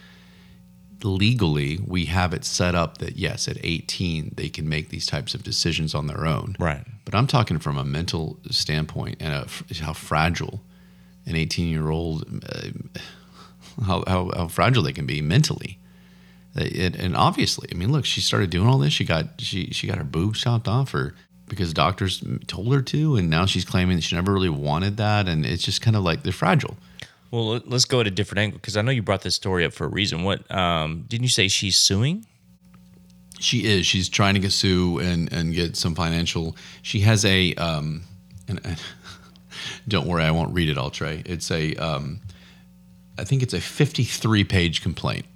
S2: legally we have it set up that yes, at 18 they can make these types of decisions on their own.
S3: Right.
S2: But I'm talking from a mental standpoint and a, f- how fragile an 18 year old uh, how, how how fragile they can be mentally. It, and obviously, I mean, look, she started doing all this. She got she she got her boobs chopped off, or because doctors told her to, and now she's claiming that she never really wanted that. And it's just kind of like they're fragile.
S3: Well, let- let's go at a different angle because I know you brought this story up for a reason. What um, didn't you say she's suing?
S2: She is. She's trying to get sue and and get some financial. She has a um, and and don't worry, I won't read it all, Trey. It's a um, I think it's a fifty-three page complaint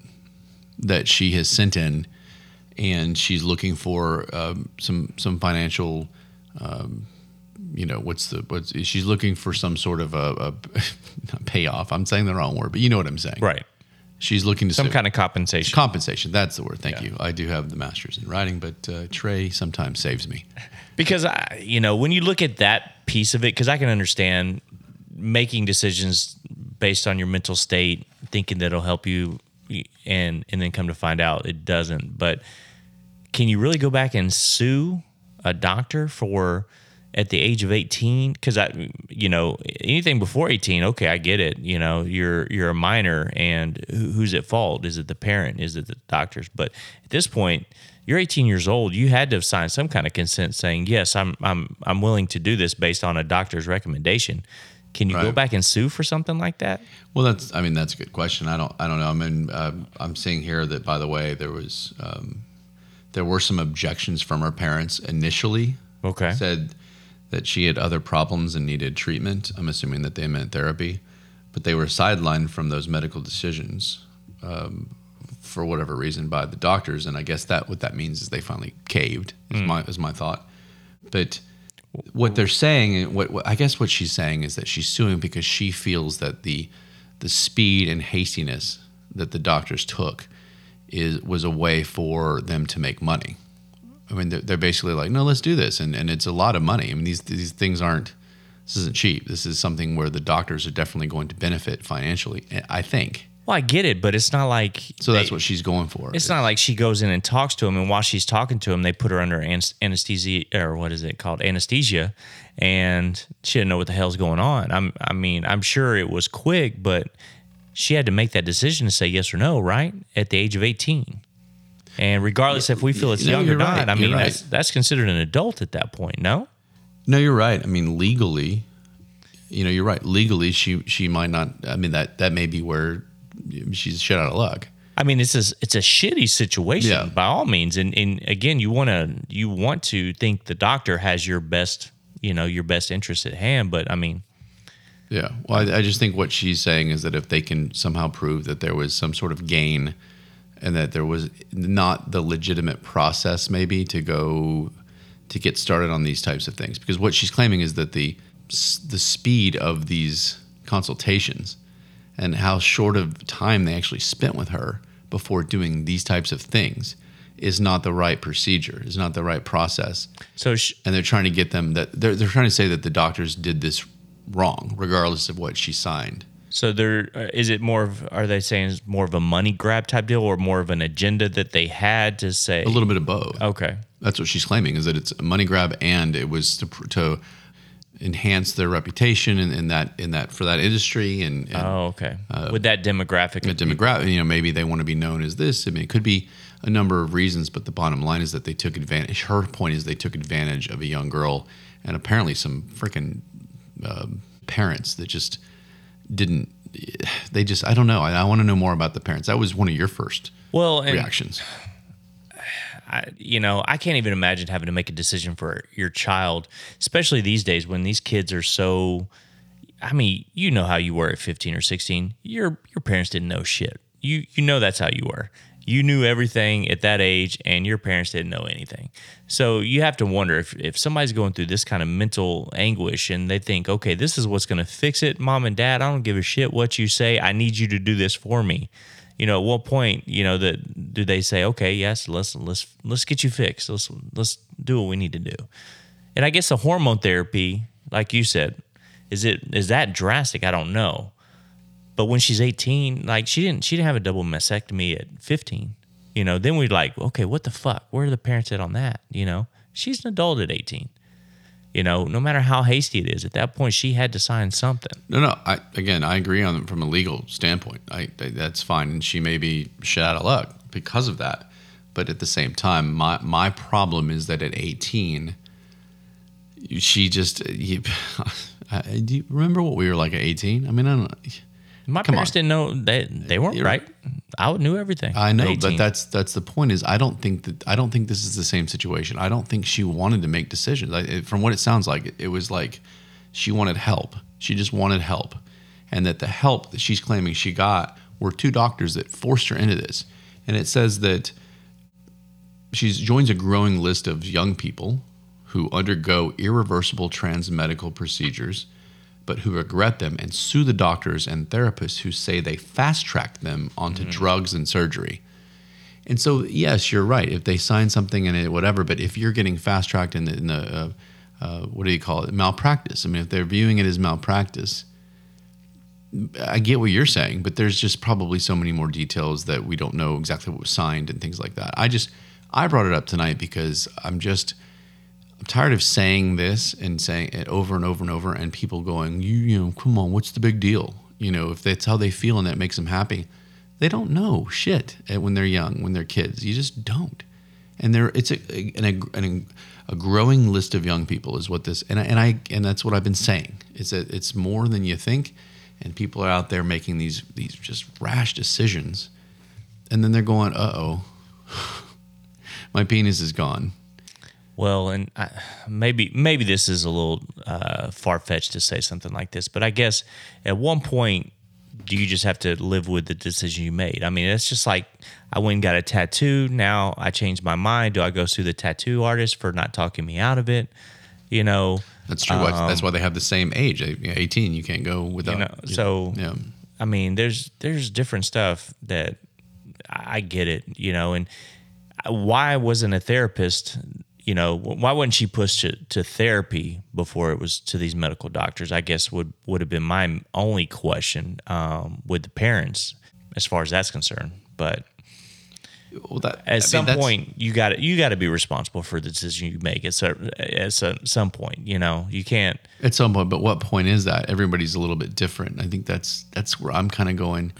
S2: that she has sent in, and she's looking for um, some some financial. Um, you know what's the what's she's looking for some sort of a, a not payoff. I'm saying the wrong word, but you know what I'm saying.
S3: Right.
S2: She's looking to
S3: Some
S2: sue.
S3: kind of compensation.
S2: Compensation. That's the word. Thank you. I do have the master's in writing, but uh, Trey sometimes saves me.
S3: because I, you know when you look at that piece of it because i can understand making decisions based on your mental state thinking that it'll help you and and then come to find out it doesn't but can you really go back and sue a doctor for at the age of 18 because i you know anything before 18 okay i get it you know you're you're a minor and who- who's at fault is it the parent is it the doctors but at this point you're 18 years old you had to have signed some kind of consent saying yes i'm i'm i'm willing to do this based on a doctor's recommendation can you go
S2: Right.
S3: back and sue for something like that
S2: Well, that's. I mean, that's a good question. I don't. I don't know. I mean, um I'm seeing here that by the way, there was um, there were some objections from her parents initially.
S3: okay
S2: Said that she had other problems and needed treatment. I'm assuming that they meant therapy, but they were sidelined from those medical decisions um, for whatever reason by the doctors. And I guess that what that means is they finally caved. Is my is my thought, but. what they're saying, and what, what I guess what she's saying is that she's suing because she feels that the the speed and hastiness that the doctors took is was a way for them to make money. I mean, they're, they're basically like, no, let's do this, and and it's a lot of money. I mean, these these things aren't. This isn't cheap. This is something where the doctors are definitely going to benefit financially. eh, I think
S3: well i get it but it's not like
S2: so. That's what she's going for.
S3: It's not like she goes in and talks to him, and while she's talking to him, they put her under ans- anesthesia or what is it called anesthesia, and she didn't know what the hell's going on. I'm, I mean, I'm sure it was quick, but she had to make that decision to say yes or no, right? At the age of 18, and regardless if we feel it's
S2: No,
S3: young or
S2: you're right.
S3: not, I
S2: You're
S3: mean,
S2: right.
S3: that's, that's considered an adult at that point. No,
S2: No, you're right. I mean, legally, you know, you're right. Legally, she she might not. I mean, that that may be where she's shit out of luck.
S3: I mean, it's a it's a shitty situation
S2: Yeah.
S3: by all means, and and again, you want to you want to think the doctor has your best, you know, your best interest at hand, but I mean.
S2: Yeah. Well, I, I just think what she's saying is that if they can somehow prove that there was some sort of gain, and that there was not the legitimate process, maybe to go to get started on these types of things, because what she's claiming is that the s- the speed of these consultations and how short of time they actually spent with her before doing these types of things is not the right procedure, is not the right process.
S3: So sh
S2: and they're trying to get them that they're, they're trying to say that the doctors did this wrong regardless of what she signed
S3: so there uh, is it more of are they saying it's more of a money grab type deal or more of an agenda that they had to say
S2: a little bit of both
S3: okay
S2: that's what she's claiming is that it's a money grab and it was to, pr- to enhance their reputation in, in that in that for that industry and, and
S3: Oh, okay.
S2: Uh,
S3: With that demographic,
S2: a
S3: of people-
S2: demographic. You know, maybe they want to be known as this. I mean, it could be a number of reasons, but the bottom line is that they took advantage. Her point is they took advantage of a young girl, and apparently some freaking um parents that just didn't. They just, I don't know. I, I want to know more about the parents. That was one of your first
S3: well, and
S2: reactions.
S3: I, you know, I can't even imagine having to make a decision for your child, especially these days when these kids are so. I mean, you know how you were at 15 or 16. Your your parents didn't know shit. You you know that's how you were. You knew everything at that age, and your parents didn't know anything. So you have to wonder if if somebody's going through this kind of mental anguish and they think, okay, this is what's going to fix it, mom and dad. I don't give a shit what you say. I need you to do this for me you know, at what point, you know, that do they say, okay, yes, let's let's let's get you fixed. Let's let's do what we need to do. And I guess the hormone therapy, like you said, is it is that drastic? I don't know. But when she's 18, like she didn't she didn't have a double mastectomy at 15. You know, then we're like, okay, what the fuck? Where are the parents at on that? You know, she's an adult at 18. You know, no matter how hasty it is, at that point she had to sign something.
S2: No, no. I, again, I agree on it from a legal standpoint. I, I that's fine, and she may be shit out of luck because of that. But at the same time, my my problem is that at eighteen, she just. You, I, do you remember what we were like at eighteen? I mean, I don't.
S3: My
S2: Come
S3: parents
S2: on.
S3: didn't know they they weren't
S2: You're-
S3: right. I knew everything.
S2: I know,
S3: at 18.
S2: but that's that's the point. Is I don't think that I don't think this is the same situation. I don't think she wanted to make decisions. I, it, from what it sounds like, it, it was like she wanted help. She just wanted help, and that the help that she's claiming she got were two doctors that forced her into this. And it says that she joins a growing list of young people who undergo irreversible trans medical procedures, but who regret them and sue the doctors and therapists who say they fast tracked them onto drugs and surgery. And so, yes, you're right. If they sign something and it, whatever, but if you're getting fast tracked in the, in the uh, uh, what do you call it, malpractice? I mean, if they're viewing it as malpractice, I get what you're saying, but there's just probably so many more details that we don't know exactly what was signed and things like that. I just, I brought it up tonight because I'm just, I'm tired of saying this and saying it over and over and over, and people going, you, you know, come on, what's the big deal? You know, if that's how they feel and that makes them happy, they don't know shit eh, when they're young, when they're kids. You just don't. And there, it's a, a- an, an, a growing list of young people is what this, and I, and I, and that's what I've been saying is that it's more than you think, and people are out there making these these just rash decisions, and then they're going, uh oh, my penis is gone.
S3: Well, and I, maybe maybe this is a little uh, far fetched to say something like this, but I guess at one point, do you just have to live with the decision you made? I mean, it's just like I went and got a tattoo. Now I changed my mind. Do I go sue the tattoo artist for not talking me out of it? You know,
S2: That's true. Why that's why they have the same age, eh, yeah, eighteen. You can't go without.
S3: Um, you know. So
S2: yeah,
S3: I mean, there's there's different stuff that I I get it, you know, and why wasn't a therapist, you know, why wasn't she pushed to, to therapy before it was to these medical doctors? I guess would would have been my only question um, with the parents as far as that's concerned. But
S2: well, that
S3: at
S2: I mean,
S3: some
S2: that's-
S3: point you got to you got to be responsible for the decision you make. At cer- at some, some point, you know, you can't.
S2: at some point but what point is that everybody's a little bit different i think that's that's where i'm kind of going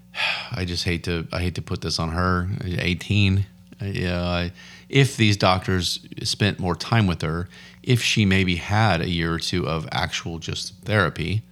S2: i just hate to i hate to put this on her 18 I- yeah I, if these doctors spent more time with her if she maybe had a year or two of actual just therapy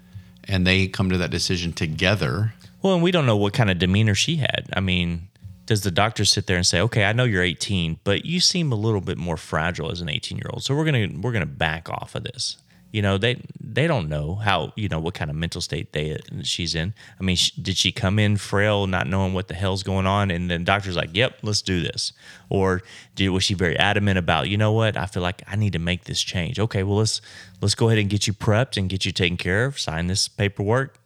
S2: and they come to that decision together
S3: Well, and we don't know what kind of demeanor she had. I mean, does the doctor sit there and say, "Okay, I know you're 18, but you seem a little bit more fragile as an 18-year-old, so we're gonna we're gonna back off of this." You know, they they don't know how you know what kind of mental state they she's in. I mean, sh- did she come in frail, not knowing what the hell's going on, and then doctor's like, "Yep, let's do this," or did was she very adamant about, you know what, I feel like I need to make this change. Okay, well let's let's go ahead and get you prepped and get you taken care of, sign this paperwork,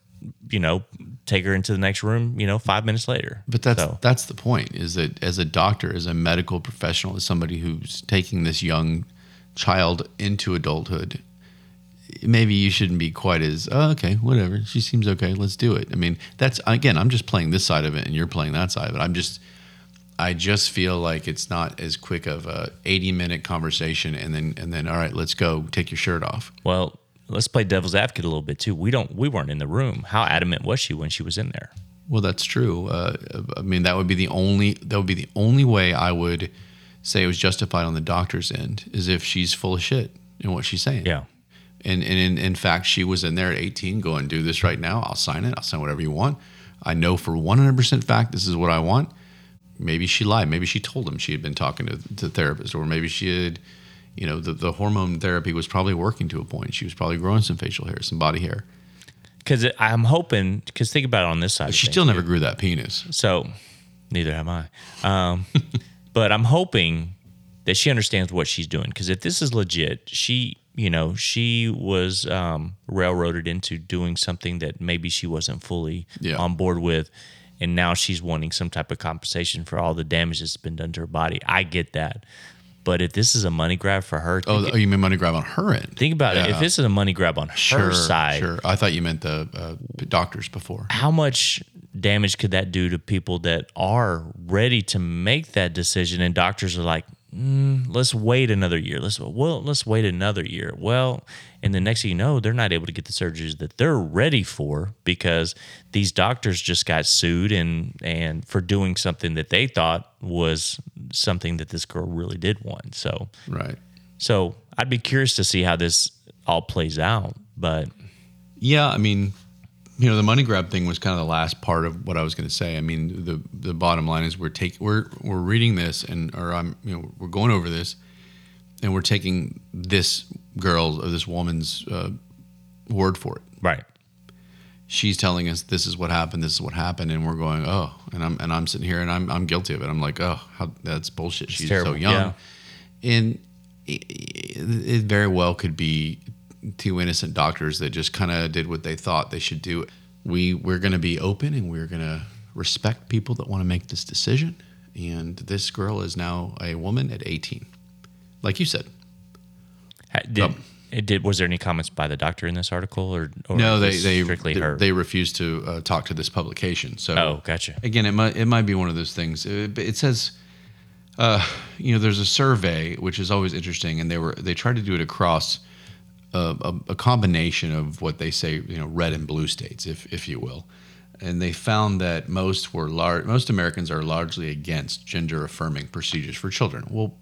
S3: you know, take her into the next room, you know, five minutes later.
S2: But that's
S3: So,
S2: that's the point. Is that as a doctor, as a medical professional, as somebody who's taking this young child into adulthood, maybe you shouldn't be quite as oh, okay, whatever. She seems okay. Let's do it. I mean, that's again, I'm just playing this side of it, and you're playing that side of it. I'm just, I just feel like it's not as quick of a 80 minute conversation, and then and then all right, let's go take your shirt off.
S3: well, let's play devil's advocate a little bit too. We don't we weren't in the room. How adamant was she when she was in there?
S2: Well, that's true. Uh, I mean, that would be the only that would be the only way I would say it was justified on the doctor's end is if she's full of shit in what she's saying.
S3: Yeah.
S2: And and in, in fact, she was in there at 18 going, "Do this right now. I'll sign it. I'll sign whatever you want. I know for 100% fact this is what I want." Maybe she lied. Maybe she told him she had been talking to to the therapist, or maybe she had, you know, the, the hormone therapy was probably working to a point. She was probably growing some facial hair, some body hair.
S3: Because I'm hoping. Because think about it on this side. of
S2: She
S3: things.
S2: still never grew that penis.
S3: So neither am I. Um, but I'm hoping that she understands what she's doing because if this is legit, she, you know, she was um, railroaded into doing something that maybe she wasn't fully
S2: Yeah.
S3: on board with. And now she's wanting some type of compensation for all the damage that's been done to her body. I get that. But if this is a money grab for her, think,
S2: Oh, you mean money grab on her end?
S3: think about it.
S2: Yeah.
S3: If this is a money grab on her side,
S2: Sure. I thought you meant the uh, doctors before.
S3: how much damage could that do to people that are ready to make that decision and doctors are like mm, let's wait another year let's well let's wait another year well and the next thing you know they're not able to get the surgeries that they're ready for because these doctors just got sued and and for doing something that they thought was something that this girl really did want so
S2: Right.
S3: so i'd be curious to see how this all plays out but
S2: Yeah. I mean, you know, the money grab thing was kind of the last part of what I was going to say. I mean, the the bottom line is we're taking we're we're reading this and or I'm you know we're going over this, and we're taking this girl or this woman's uh, word for it.
S3: right
S2: she's telling us this is what happened, this is what happened, and we're going, oh, and I'm and I'm sitting here and I'm I'm guilty of it. I'm like, oh, how, that's bullshit. She's
S3: terrible,
S2: so young,
S3: yeah.
S2: and it, it very well could be two innocent doctors that just kind of did what they thought they should do. We we're going to be open and we're going to respect people that want to make this decision. And this girl is now a woman at 18, like you said.
S3: Ha- Did, it did was there any comments by the doctor in this article or, or
S2: No, they
S3: was
S2: they
S3: strictly
S2: they,
S3: her?
S2: they refused to uh, talk to this publication. So
S3: oh, gotcha.
S2: again, it might it might be one of those things. It, it says, uh, you know, there's a survey which is always interesting, and they were they tried to do it across a, a, a combination of what they say, you know, red and blue states, if if you will, and they found that most were large most Americans are largely against gender affirming procedures for children. Well,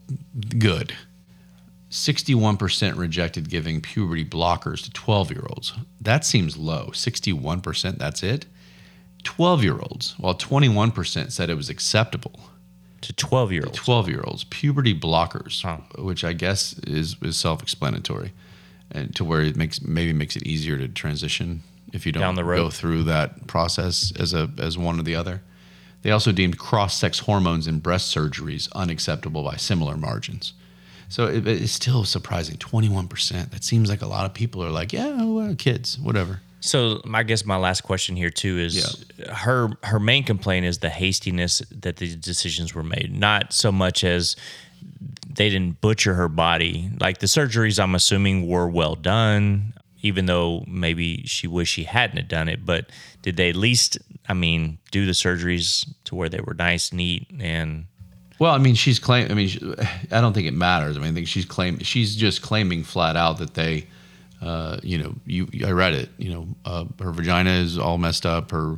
S2: good. 61% rejected giving puberty blockers to 12 year olds. That seems low. 61%, that's it? 12 year olds, while 21% said it was acceptable.
S3: To twelve year olds.
S2: 12 year olds, puberty blockers,
S3: Huh.
S2: which I guess is, is self explanatory, and to where it makes maybe makes it easier to transition if you don't
S3: Down the road.
S2: go through that process as, a, as one or the other. They also deemed cross sex hormones and breast surgeries unacceptable by similar margins. So it, it's still surprising 21%. That seems like a lot of people are like, yeah, well, kids, whatever.
S3: So my I guess my last question here too is her her main complaint is the hastiness that the decisions were made, not so much as they didn't butcher her body. Like the surgeries, I'm assuming were well done, even though maybe she wished she hadn't have done it. But did they at least, I mean, do the surgeries to where they were nice, neat, and
S2: Well, I mean, she's claim. I mean, she, I don't think it matters. I mean, I think she's claim. She's just claiming flat out that they, uh, you know, you. I read it. You know, uh, her vagina is all messed up. Her,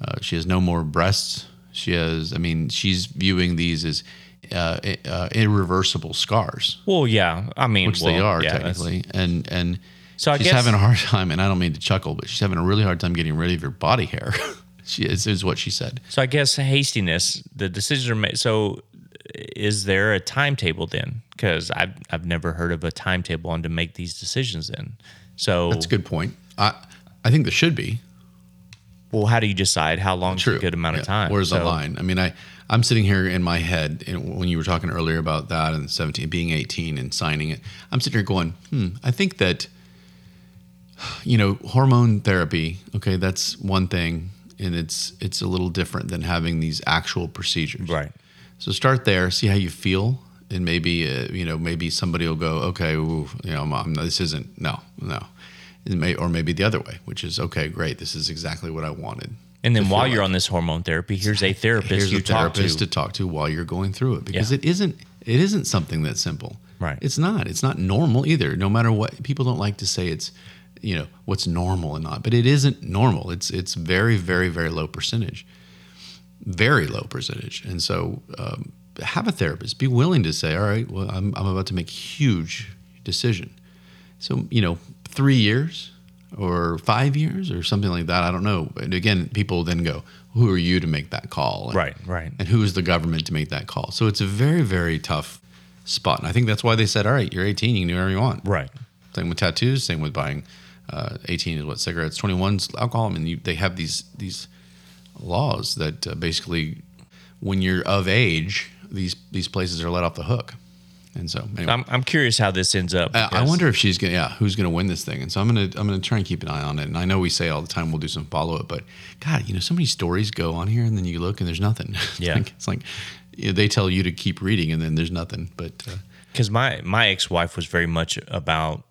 S2: uh, she has no more breasts. She has. I mean, she's viewing these as uh, i- uh, irreversible scars,
S3: Well, yeah. I mean,
S2: which
S3: well,
S2: they are
S3: yeah, that's-
S2: technically, and and.
S3: So I
S2: she's
S3: guess-
S2: having a hard time, and I don't mean to chuckle, but she's having a really hard time getting rid of her body hair. she is, is what she said.
S3: So I guess hastiness. The decisions are made. So is there a timetable then? Because I've I've never heard of a timetable on to make these decisions in. So
S2: That's a good point. I I think there should be.
S3: well, how do you decide how long
S2: True.
S3: is a good amount
S2: Yeah.
S3: of time?
S2: Where's the
S3: So-
S2: line? I mean, I I'm sitting here in my head, and when you were talking earlier about that and 17 being 18 and signing it, I'm sitting here going, hmm. I think that, you know, hormone therapy. Okay, that's one thing, and it's it's a little different than having these actual procedures.
S3: Right.
S2: So start there, see how you feel, and maybe uh, you know maybe somebody will go, okay, ooh, you know, mom, this isn't no, no, It may, or maybe the other way, which is okay, great, this is exactly what I wanted.
S3: And then
S2: To
S3: while
S2: feel
S3: you're
S2: like-
S3: on this hormone therapy, here's a therapist
S2: here's
S3: you
S2: a therapist
S3: talk
S2: to.
S3: to.
S2: talk to while you're going through it because
S3: Yeah.
S2: it isn't it isn't something that simple.
S3: Right.
S2: It's not. It's not normal either. No matter what people don't like to say it's you know what's normal and not but it isn't normal it's it's very very very low percentage very low percentage and so um, have a therapist be willing to say all right well I'm, I'm about to make huge decision so you know three years or five years or something like that i don't know and again people then go who are you to make that call And-
S3: Right, right.
S2: and who is the government to make that call so it's a very very tough spot and i think that's why they said all right you're 18 you can do whatever you want
S3: Right.
S2: same with tattoos same with buying uh, 18 is what cigarettes 21 is alcohol i mean you, they have these these laws that uh, basically when you're of age these these places are let off the hook and so anyway,
S3: I'm, I'm curious how this ends up.
S2: I- I
S3: because-
S2: wonder if she's gonna yeah who's gonna win this thing and so i'm gonna i'm gonna try and keep an eye on it and i know we say all the time we'll do some follow-up but god you know so many stories go on here and then you look and there's nothing It's
S3: Yeah.
S2: like, it's like you know, they tell you to keep reading and then there's nothing but uh,
S3: because my my ex-wife was very much about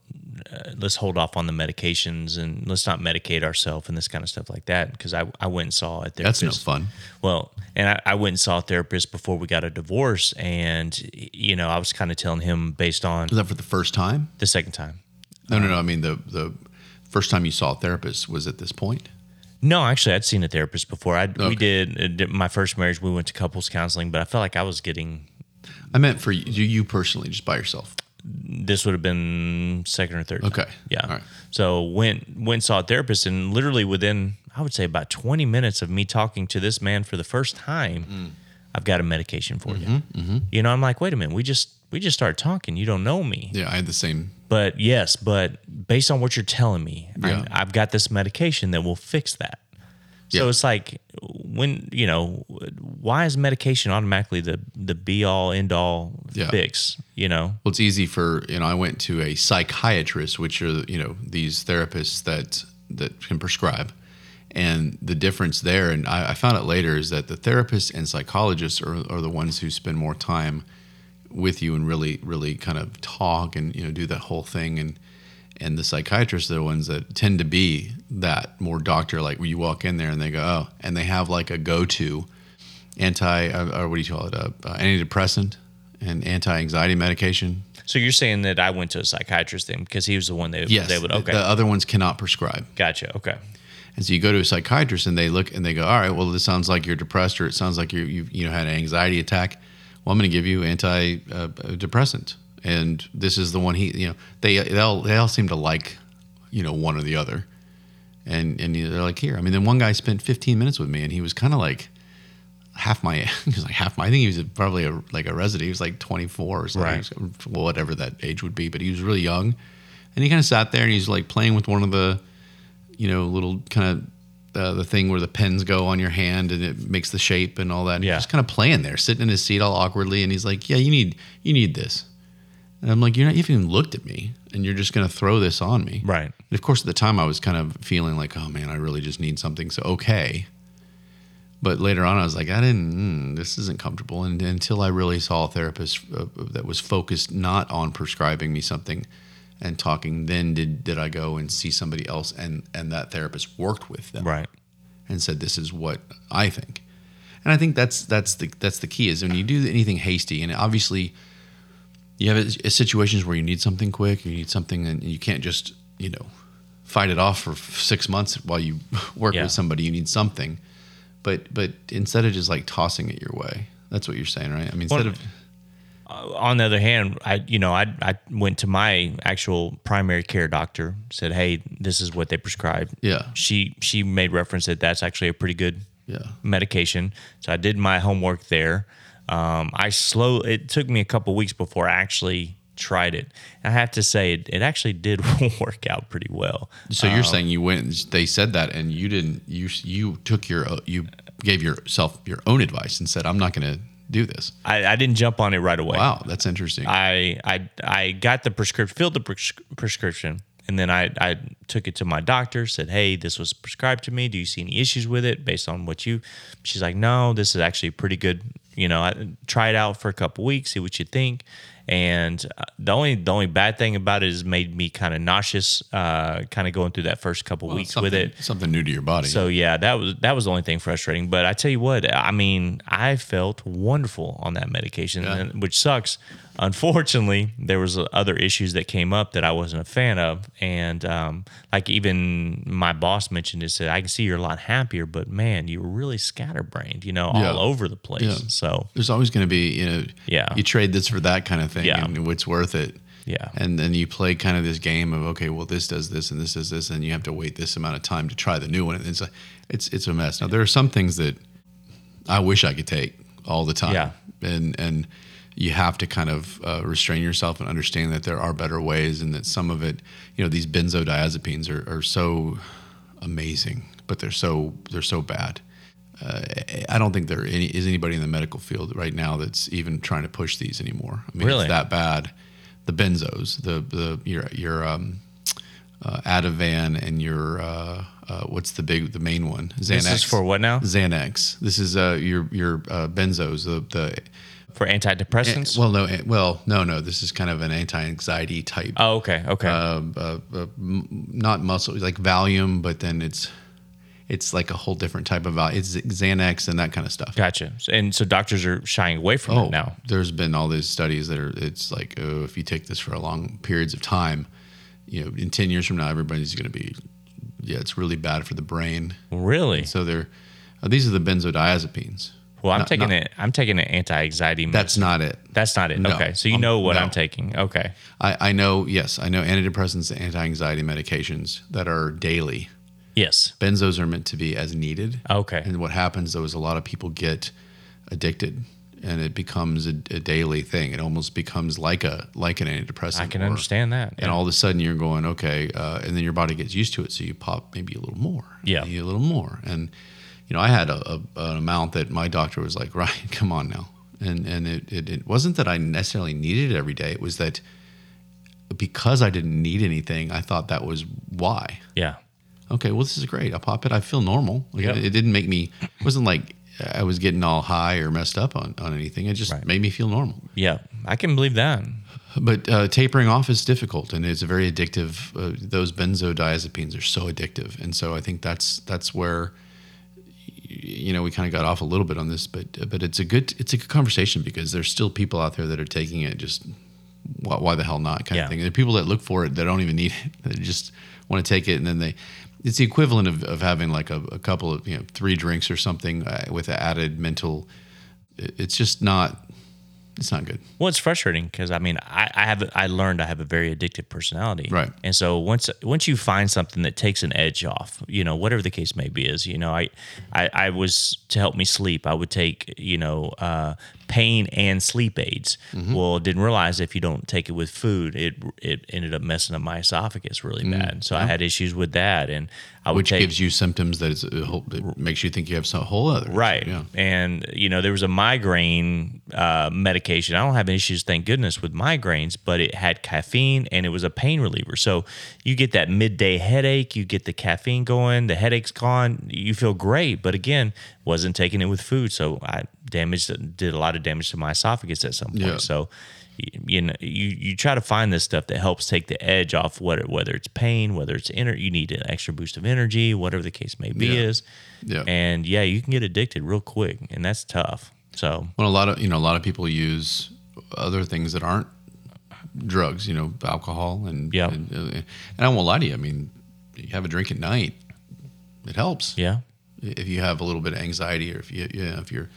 S3: uh, let's hold off on the medications and let's not medicate ourselves and this kind of stuff like that because I, I went and saw a therapist
S2: that's no fun
S3: well and I, I went and saw a therapist before we got a divorce and you know i was kind of telling him based on
S2: was that for the first time
S3: the second time
S2: No, no, no. I mean, the the first time you saw a therapist was at this point.
S3: No, actually, I'd seen a therapist before. I we
S2: Okay.
S3: did, uh, did my first marriage. We went to couples counseling, but I felt like I was getting
S2: I meant for you, you personally, just by yourself.
S3: this would have been second or third. time.
S2: Okay.
S3: yeah.
S2: All right.
S3: So went went and saw a therapist, and literally within I would say about twenty minutes of me talking to this man for the first time,
S2: Mm.
S3: I've got a medication for
S2: Mm-hmm,
S3: you. You know, I'm like, wait a minute, we just we just started talking. You don't know me.
S2: Yeah, I had the same.
S3: But yes, but based on what you're telling me,
S2: Yeah.
S3: I, I've got this medication that will fix that. So
S2: Yeah.
S3: it's like when you know why is medication automatically the the be all end all
S2: Yeah.
S3: fix? You know,
S2: Well, it's easy for you know. I went to a psychiatrist, which are you know these therapists that that can prescribe, and the difference there, and I, I found out later, is that the therapists and psychologists are, are the ones who spend more time with you and really really kind of talk and you know do that whole thing and and the psychiatrists are the ones that tend to be that more doctor like where you walk in there and they go oh and they have like a go-to anti uh, or what do you call it uh, uh, antidepressant and anti-anxiety medication
S3: so you're saying that I went to a psychiatrist then because he was the one that
S2: yes
S3: they would
S2: the-
S3: okay,
S2: the other ones cannot prescribe
S3: gotcha, okay,
S2: And so you go to a psychiatrist and they look and they go, all right, well, this sounds like you're depressed or it sounds like you you you know had an anxiety attack. Well, I'm going to give you uh, antidepressant, and this is the one he you know they they all they all seem to like you know one or the other, and and they're like here. I mean, then one guy spent 15 minutes with me and he was kind of like half my he was like half my I think he was probably a, like a resident. He was like 24 or something,
S3: Right.
S2: He was- well, whatever that age would be, but he was really young, and he kind of sat there and he's like playing with one of the you know, little kind of uh, the thing where the pins go on your hand and it makes the shape and all that. And
S3: Yeah.
S2: He's just kind of playing there, sitting in his seat all awkwardly, and he's like, "Yeah, you need you need this," and I'm like, "You're not you haven't even looked at me, and you're just gonna throw this on me."
S3: right,
S2: And of course, at the time, I was kind of feeling like, "Oh man, I really just need something." So okay. But later on, I was like, I didn't. Mm, this isn't comfortable. And until I really saw a therapist uh, that was focused not on prescribing me something and talking, then did did I go and see somebody else, and and that therapist worked with them
S3: right,
S2: and said, "This is what I think." And I think that's that's the that's the key is when you do anything hasty, and obviously, you have uh, situations where you need something quick, you need something, and you can't just you know fight it off for six months while you work
S3: Yeah.
S2: with somebody. You need something, but but instead of just like tossing it your way, that's what you're saying, right? I mean, instead
S3: Well,
S2: of
S3: Uh, on the other hand, I you know I I went to my actual primary care doctor, said, hey, this is what they prescribed.
S2: Yeah.
S3: She she made reference that that's actually a pretty good
S2: Yeah.
S3: medication. So I did my homework there. Um, I slow. It took me a couple weeks before I actually tried it. I have to say, it, it actually did work out pretty well.
S2: so
S3: um,
S2: you're saying you went, and they said that, and you didn't, you you took your uh, you gave yourself your own advice and said, "I'm not going to do this."
S3: I, I didn't jump on it right away.
S2: Wow, that's interesting.
S3: I I I got the prescription, filled the pres- prescription, and then I I took it to my doctor. Said, "Hey, this was prescribed to me. Do you see any issues with it based on what you?" She's like, "No, this is actually pretty good. You know, I, try it out for a couple weeks, see what you think." And uh, the only the only bad thing about it is made me kind of nauseous, uh, kind of going through that first couple weeks with it.
S2: Something new to your body.
S3: So yeah, that was that was the only thing frustrating. But I tell you what, I mean, I felt wonderful on that medication, and- which sucks unfortunately, there was uh, other issues that came up that I wasn't a fan of, and um, like even my boss mentioned it said, "I can see you're a lot happier, but man, you were really scatterbrained, you know, all
S2: Yeah.
S3: over the place."
S2: Yeah.
S3: So
S2: There's always going to be, you know,
S3: Yeah.
S2: you trade this for that kind of thing
S3: Yeah.
S2: and what's worth it.
S3: Yeah.
S2: And then you play kind of this game of, okay, well, this does this and this does this, and you have to wait this amount of time to try the new one. And it's a, it's, it's a mess. Now, there are some things that I wish I could take all the time.
S3: Yeah.
S2: And, and you have to kind of uh, restrain yourself and understand that there are better ways and that some of it, you know, these benzodiazepines are, are so amazing, but they're so, they're so bad. I don't think there any, is anybody in the medical field right now that's even trying to push these anymore. I mean,
S3: Really?
S2: it's that bad. The benzos, the the your your um, uh, Ativan and your uh, uh, what's the big the main one? Xanax.
S3: this is for what now?
S2: Xanax. This is uh, your your uh, benzos. The the
S3: For antidepressants?
S2: well no eh, well no no this is kind of an anti-anxiety type.
S3: oh, okay, okay.
S2: uh, not muscle like Valium, but then it's it's like a whole different type of Valium. It's Xanax and that kind of stuff.
S3: gotcha. So- And so doctors are shying away from
S2: Oh.
S3: it now.
S2: There's been all these studies that are it's like, oh, if you take this for long periods of time, you know, in ten years from now, everybody's going to be, yeah, it's really bad for the brain.
S3: Really?
S2: So they're uh, these are the benzodiazepines.
S3: Well, I'm
S2: Not-
S3: taking
S2: not-
S3: it. I'm taking an anti-anxiety. med-
S2: That's not it.
S3: that's not it.
S2: no,
S3: okay, so you
S2: I'm-
S3: know what
S2: no.
S3: I'm taking. Okay,
S2: I, I know. Yes, I know antidepressants, and anti-anxiety medications that are daily.
S3: yes.
S2: Benzos are meant to be as needed.
S3: Okay.
S2: And what happens though is a lot of people get addicted, and it becomes a, a daily thing. It almost becomes like a like an antidepressant.
S3: I can
S2: or-
S3: understand that.
S2: and all of a sudden you're going okay uh, and then your body gets used to it so you pop maybe a little more
S3: Yeah.
S2: maybe a little more and you know i had a, a, an amount that my doctor was like ryan come on now and and it, it, it wasn't that i necessarily needed it every day it was that because i didn't need anything i thought that was why
S3: yeah.
S2: okay, well, this is great. I pop it. I feel normal. Like,
S3: Yep.
S2: It didn't make me, it wasn't like I was getting all high or messed up on, on anything. It just
S3: Right.
S2: made me feel normal.
S3: Yeah, I can believe that.
S2: But uh, tapering off is difficult and it's a very addictive. Uh, those benzodiazepines are so addictive. And so I think that's, that's where, you know, we kind of got off a little bit on this, but, but it's a good, it's a good conversation because there's still people out there that are taking it just, why, why the hell not kind
S3: Yeah.
S2: of thing. There are people that look for it that don't even need it. They just want to take it, and then they. It's the equivalent of, of having like a, a couple of you know three drinks or something uh, with an added mental. it- It's just not. It's not good.
S3: Well, it's frustrating because I mean, I, I have I learned I have a very addictive personality,
S2: Right.
S3: And so once once you find something that takes an edge off, you know, whatever the case may be, is you know, I I, I was to help me sleep, I would take you know uh, pain and sleep aids.
S2: Mm-hmm.
S3: Well, didn't realize if you don't take it with food, it it ended up messing up my esophagus really bad. So I had issues with that, and I would
S2: Mm. Which
S3: take
S2: gives you symptoms that it's a whole, that makes you think you have some whole other issue.
S3: Right.
S2: Yeah.
S3: And, you know, there was a migraine uh, medication. I don't have any issues, thank goodness, with migraines, but it had caffeine and it was a pain reliever. So you get that midday headache, you get the caffeine going, the headache's gone, you feel great. But again, wasn't taking it with food. So I damaged, did a lot of damage to my esophagus at some point.
S2: Yeah.
S3: So, y- you know, you, you try to find this stuff that helps take the edge off what, whether it's pain, whether it's inner, you need an extra boost of energy, whatever the case may be
S2: Yeah.
S3: is.
S2: Yeah.
S3: And yeah, you can get addicted real quick, and that's tough. So
S2: Well, a lot of you know, a lot of people use other things that aren't drugs. You know, alcohol and
S3: Yeah.
S2: And, uh, and I won't lie to you. I mean, you have a drink at night, it helps.
S3: yeah,
S2: if you have a little bit of anxiety or if you, you know, if you're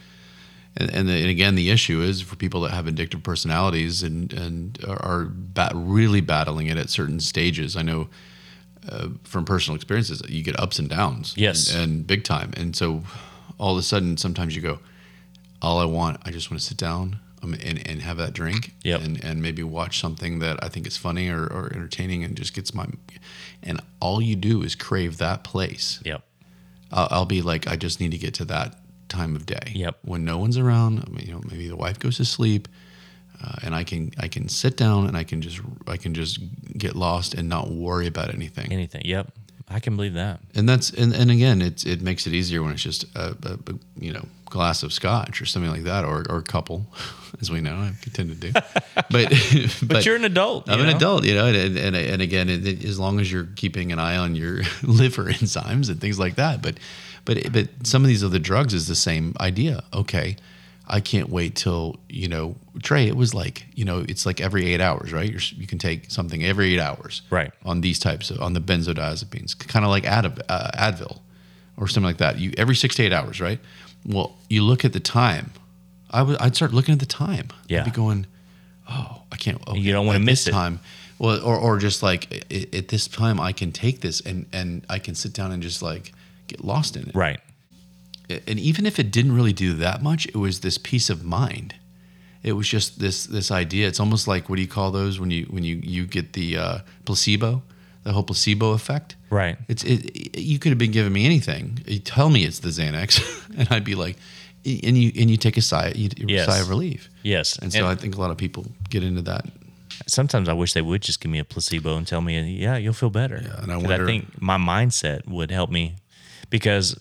S2: and and, the, and again the issue is for people that have addictive personalities and and are, are ba- really battling it at certain stages i know uh, from personal experiences you get ups and downs
S3: Yes.
S2: and, and big time and so all of a sudden sometimes you go all i want i just want to sit down um, and, and have that drink
S3: Yep.
S2: and, and maybe watch something that i think is funny or, or entertaining and just gets my and all you do is crave that place
S3: yep,
S2: I'll, I'll be like, I just need to get to that time of day.
S3: Yep.
S2: When no one's around, I mean, you know, maybe the wife goes to sleep, uh, and I can I can sit down and I can just I can just get lost and not worry about anything. And,
S3: anything, yep. I can believe that.
S2: that's and, and again, it's it makes it easier when it's just a, a, a, you know glass of scotch or something like that, or or a couple, as we know, I tend to do. but, but
S3: But, you're an adult.
S2: I'm
S3: you
S2: an
S3: know?
S2: adult, you know, and and, and, and again, it, it- as long as you're keeping an eye on your liver enzymes and things like that, but but but some of these other drugs is the same idea. Okay, I can't wait till you know Trey. It was like you know, it's like every eight hours, right? You're, s- you can take something every eight hours,
S3: Right.
S2: On these types of on the benzodiazepines, kind of like Adv- uh, Advil or something like that. You every six to eight hours, right? Well, you look at the time. I would I'd start looking at the time.
S3: Yeah.
S2: I'd be going, oh, I can't. okay,
S3: You don't wanna
S2: at
S3: miss
S2: this
S3: it.
S2: Time, well, or or just like i- i- at this time, I can take this and and I can sit down and just like get lost in it
S3: Right.
S2: and even if it didn't really do that much, it was this peace of mind. It was just this this idea. It's almost like what do you call those when you when you you get the uh, placebo, the whole placebo effect.
S3: Right.
S2: It's it, it- you could have been giving me anything. You tell me it's the Xanax, and I'd be like, and you and you take a sigh, you, you
S3: Yes.
S2: sigh of relief.
S3: Yes.
S2: And so I think a lot of people get into that.
S3: sometimes I wish they would just give me a placebo and tell me, yeah, you'll feel better. Yeah,
S2: and I
S3: I
S2: wonder-
S3: think my mindset would help me because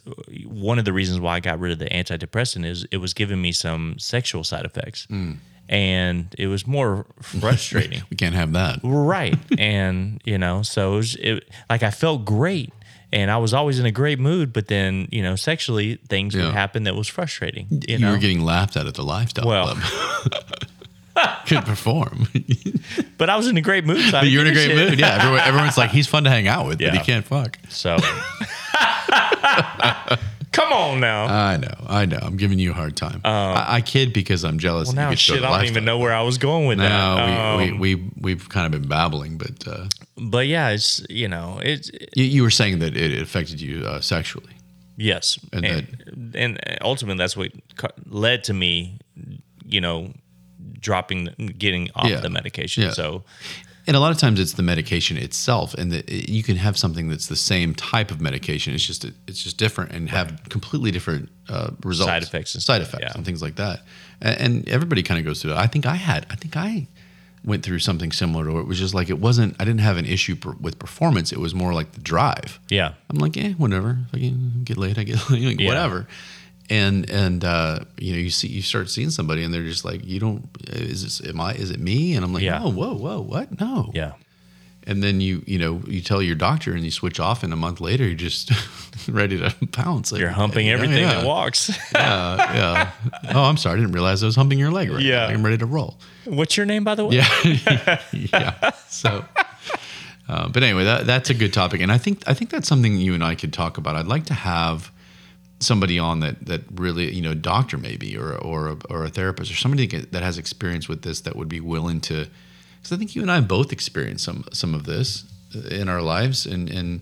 S3: one of the reasons why I got rid of the antidepressant is it was giving me some sexual side effects.
S2: Mm.
S3: And it was more frustrating.
S2: We can't have that.
S3: right. And, you know, so it was it, like I felt great and I was always in a great mood, but then, you know, sexually things
S2: Yeah.
S3: would happen that was frustrating. You,
S2: You,
S3: know?
S2: were getting laughed at at the lifestyle
S3: Well.
S2: club. Could perform.
S3: but I was in a great mood. So
S2: But you're in a great mood. Yeah, everyone, everyone's like, he's fun to hang out with, but
S3: Yeah.
S2: he can't fuck.
S3: So come on now.
S2: I know, I know. I'm giving you a hard time. I, I kid because I'm jealous.
S3: Um, Well,
S2: that
S3: now
S2: you get to go
S3: shit, I
S2: to
S3: don't
S2: lifestyle.
S3: even know where I was going with that.
S2: No, we,
S3: Um,
S2: we, we, we've kind of been babbling, but uh,
S3: but yeah, it's you know, it's
S2: you, you were saying that it affected you uh, sexually.
S3: yes,
S2: And
S3: and and, ultimately that's what ca- led to me, you know, dropping, getting off
S2: Yeah.
S3: the medication.
S2: Yeah.
S3: So
S2: And a lot of times it's the medication itself, and the, you can have something that's the same type of medication. It's just it's just different and have completely different uh, results,
S3: Side effects and
S2: side
S3: stuff,
S2: effects,
S3: yeah.
S2: and things like that. And, and everybody kind of goes through that. I think I had. I think I went through something similar to where it was just like it wasn't. I didn't have an issue per, with performance. It was more like the drive.
S3: yeah,
S2: I'm like, eh, whatever. If I can get late, I get late, like,
S3: Yeah.
S2: whatever. And and uh, you know, you see, you start seeing somebody, and they're just like, you don't. uh, Is this am I? Is it me? And I'm like,
S3: Yeah.
S2: no, whoa, whoa, what? No.
S3: yeah,
S2: And then you you know you tell your doctor, and you switch off, and a month later you're just ready to pounce. Like,
S3: you're humping
S2: yeah,
S3: everything
S2: yeah.
S3: that walks.
S2: Yeah, yeah. Oh, I'm sorry, I didn't realize I was humping your leg right.
S3: Yeah.
S2: now. I'm ready to roll.
S3: What's your name, by the way?
S2: Yeah, yeah. So, uh, but anyway, that, that's a good topic, and I think I think that's something you and I could talk about. I'd like to have somebody on that that really you know a doctor maybe or or a, or a therapist or somebody that that has experience with this that would be willing to because I think you and I both experienced some some of this uh, in our lives and and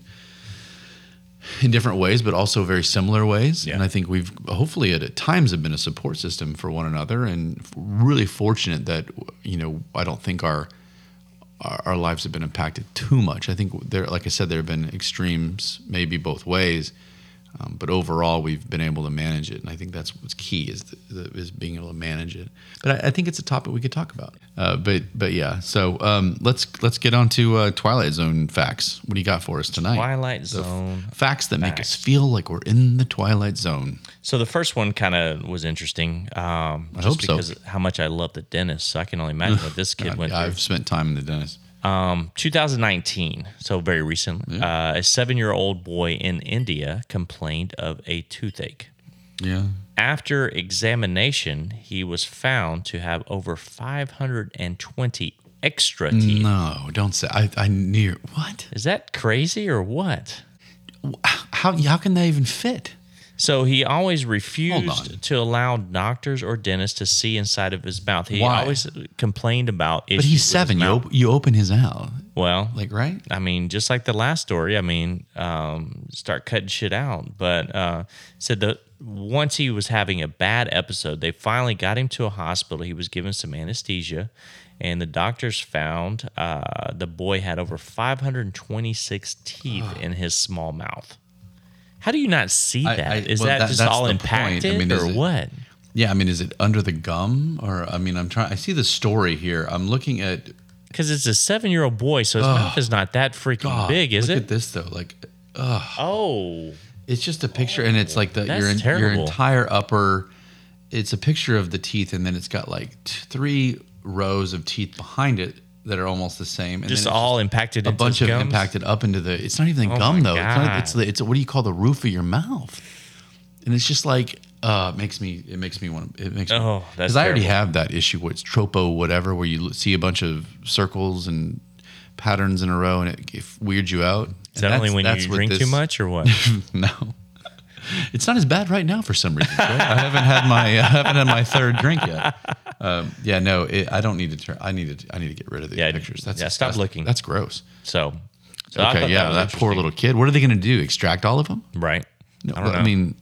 S2: in different ways, but also very similar ways.
S3: Yeah.
S2: And I think we've hopefully at, at times have been a support system for one another, and f- really fortunate that you know I don't think our our, our lives have been impacted too much. I think there, like I said, there have been extremes maybe both ways, um, but overall we've been able to manage it, and I think that's what's key is the, the, is being able to manage it. But I, I think it's a topic we could talk about. Uh, but but yeah, so um, let's let's get on to uh, Twilight Zone facts. What do you got for us tonight?
S3: Twilight Zone.
S2: facts that make us feel like we're in the twilight zone.
S3: So the first one kind of was interesting, um, just
S2: hope so.
S3: because of how much I love the dentist. So I can only imagine what this kid went through.
S2: I've spent time in the dentist.
S3: Um, 2019, so very recent, uh, a seven year old boy in India complained of a toothache.
S2: Yeah.
S3: After examination, he was found to have over 520 extra teeth.
S2: No, don't say. I, I near what?
S3: Is that crazy or what?
S2: How how can they even fit?
S3: So he always
S2: on.
S3: refused to allow doctors or dentists to see inside of his mouth. He
S2: Why?
S3: always complained about issues.
S2: But
S3: with
S2: he's
S3: his
S2: seven. You
S3: mouth.
S2: op- you open his out,
S3: Well,
S2: like right?
S3: I mean, just like the last story, I mean, um, start cutting shit out. But uh, said that once he was having a bad episode, they finally got him to a hospital. He was given some anesthesia, and the doctors found uh, the boy had over 526 teeth in his small mouth. How do you not see
S2: I-
S3: that? Is
S2: I- well,
S3: that,
S2: that-
S3: just
S2: that's
S3: all
S2: the point. I
S3: impacted
S2: mean, is
S3: or
S2: it-
S3: what?
S2: Yeah. I mean, is it under the gum or? I mean, I'm trying. I see the story here. I'm looking at.
S3: Because it's a seven-year-old boy, so his mouth is not that freaking
S2: God,
S3: big, is
S2: look
S3: it?
S2: at this though. Like
S3: oh,
S2: it's just a picture, and it's like the
S3: that's
S2: your en- your
S3: terrible.
S2: entire upper. It's a picture of the teeth, and then it's got like t- three rows of teeth behind it that are almost the same. And
S3: just
S2: then it's
S3: all impacted.
S2: a bunch of impacted up into the. It's not even the gum
S3: my
S2: though. It's, not,
S3: God.
S2: it's the. It's what do you call the roof of your mouth? And it's just like Uh, it makes me it makes me want to it makes me
S3: Oh, that's
S2: because I already
S3: terrible.
S2: have that issue where it's tropo whatever where you l- see a bunch of circles and patterns in a row and it, it weirds you out.
S3: Is that only when you drink too much or what?
S2: no. It's not as bad right now for some reason. Right? I haven't had my I haven't had my third drink yet. Um, yeah, no, it, I don't need to turn. I need to I need to get rid of these
S3: Yeah,
S2: pictures. That's
S3: yeah, stop
S2: disgusting.
S3: looking.
S2: That's gross.
S3: So, so I thought
S2: Okay, yeah,
S3: was
S2: that, poor
S3: interesting.
S2: little kid. What are they going to do? Extract all of them?
S3: right.
S2: No,
S3: I don't know.
S2: I mean,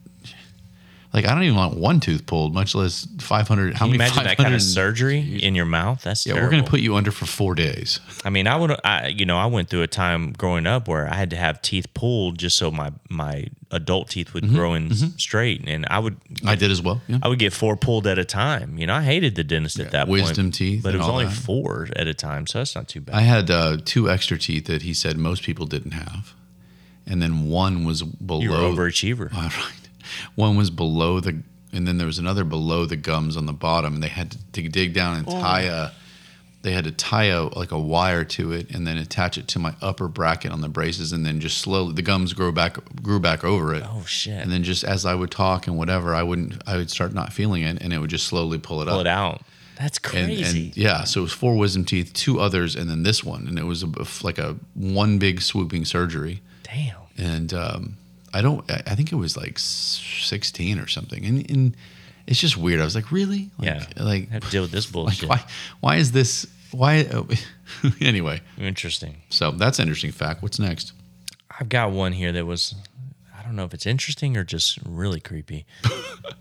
S2: like I don't even want one tooth pulled, much less five hundred. How
S3: Can you
S2: many?
S3: imagine that kind
S2: 500
S3: of surgery in your mouth? That's
S2: Yeah,
S3: terrible.
S2: we're going to put you under for four days.
S3: I mean, I would, I you know, I went through a time growing up where I had to have teeth pulled just so my my adult teeth
S2: Mm-hmm,
S3: would grow in s- straight, and I would
S2: I did as well. Yeah.
S3: I would get four pulled at a time. You know, I hated the dentist at that point.
S2: wisdom teeth
S3: but it
S2: and
S3: was
S2: all
S3: only
S2: that.
S3: four at a time, so that's not too bad.
S2: I had uh, two extra teeth that he said most people didn't have, and then one was below.
S3: You're overachiever.
S2: All right. One was below the, and then there was another below the gums on the bottom, and they had to, to dig down
S3: Oh.
S2: and tie a. They had to tie a like a wire to it, and then attach it to my upper bracket on the braces, and then just slowly the gums grew back grew back over it.
S3: Oh shit!
S2: And then just as I would talk and whatever, I wouldn't. I would start not feeling it, and it would just slowly pull it
S3: Pull
S2: up.
S3: it out. That's
S2: uh, And,
S3: crazy.
S2: and yeah, so it was four wisdom teeth, two others, and then this one, and it was a, like a one big swooping surgery
S3: Damn.
S2: and um, I don't. I I think it was like s- sixteen or something, and, and it's just weird. I was like, really?
S3: Yeah.
S2: Like, Like,
S3: have to deal with this
S2: like,
S3: bullshit.
S2: why? Why is this? Why? oh, anyway,
S3: Interesting.
S2: so that's an interesting fact. What's next?
S3: I've got one here that was I don't know if it's interesting or just really creepy.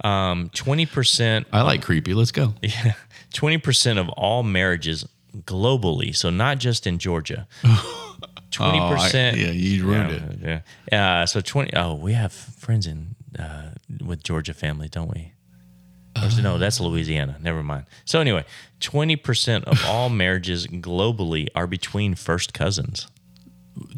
S3: Um, 20%
S2: I like creepy. Let's go.
S3: yeah, 20% of all marriages globally, so not just in Georgia. 20%
S2: Oh, I- yeah, you ruined it.
S3: yeah, yeah. Uh, so 20 oh, we have friends in uh, with Georgia family, don't we? Or is it-
S2: Uh.
S3: no, that's Louisiana. Never mind. So anyway, 20% of all marriages globally are between first cousins.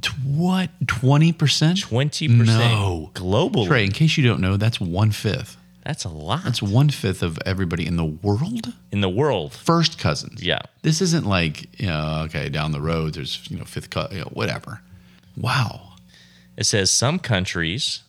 S2: T- what? Twenty percent?
S3: 20%
S2: No.
S3: globally.
S2: Trey, in case you don't know, that's one fifth.
S3: That's a lot.
S2: That's one fifth of everybody in the world.
S3: in the world.
S2: First cousins.
S3: Yeah.
S2: This isn't like you know, okay, down the road. There's you know fifth cousin, you know, whatever. Wow.
S3: It says some countries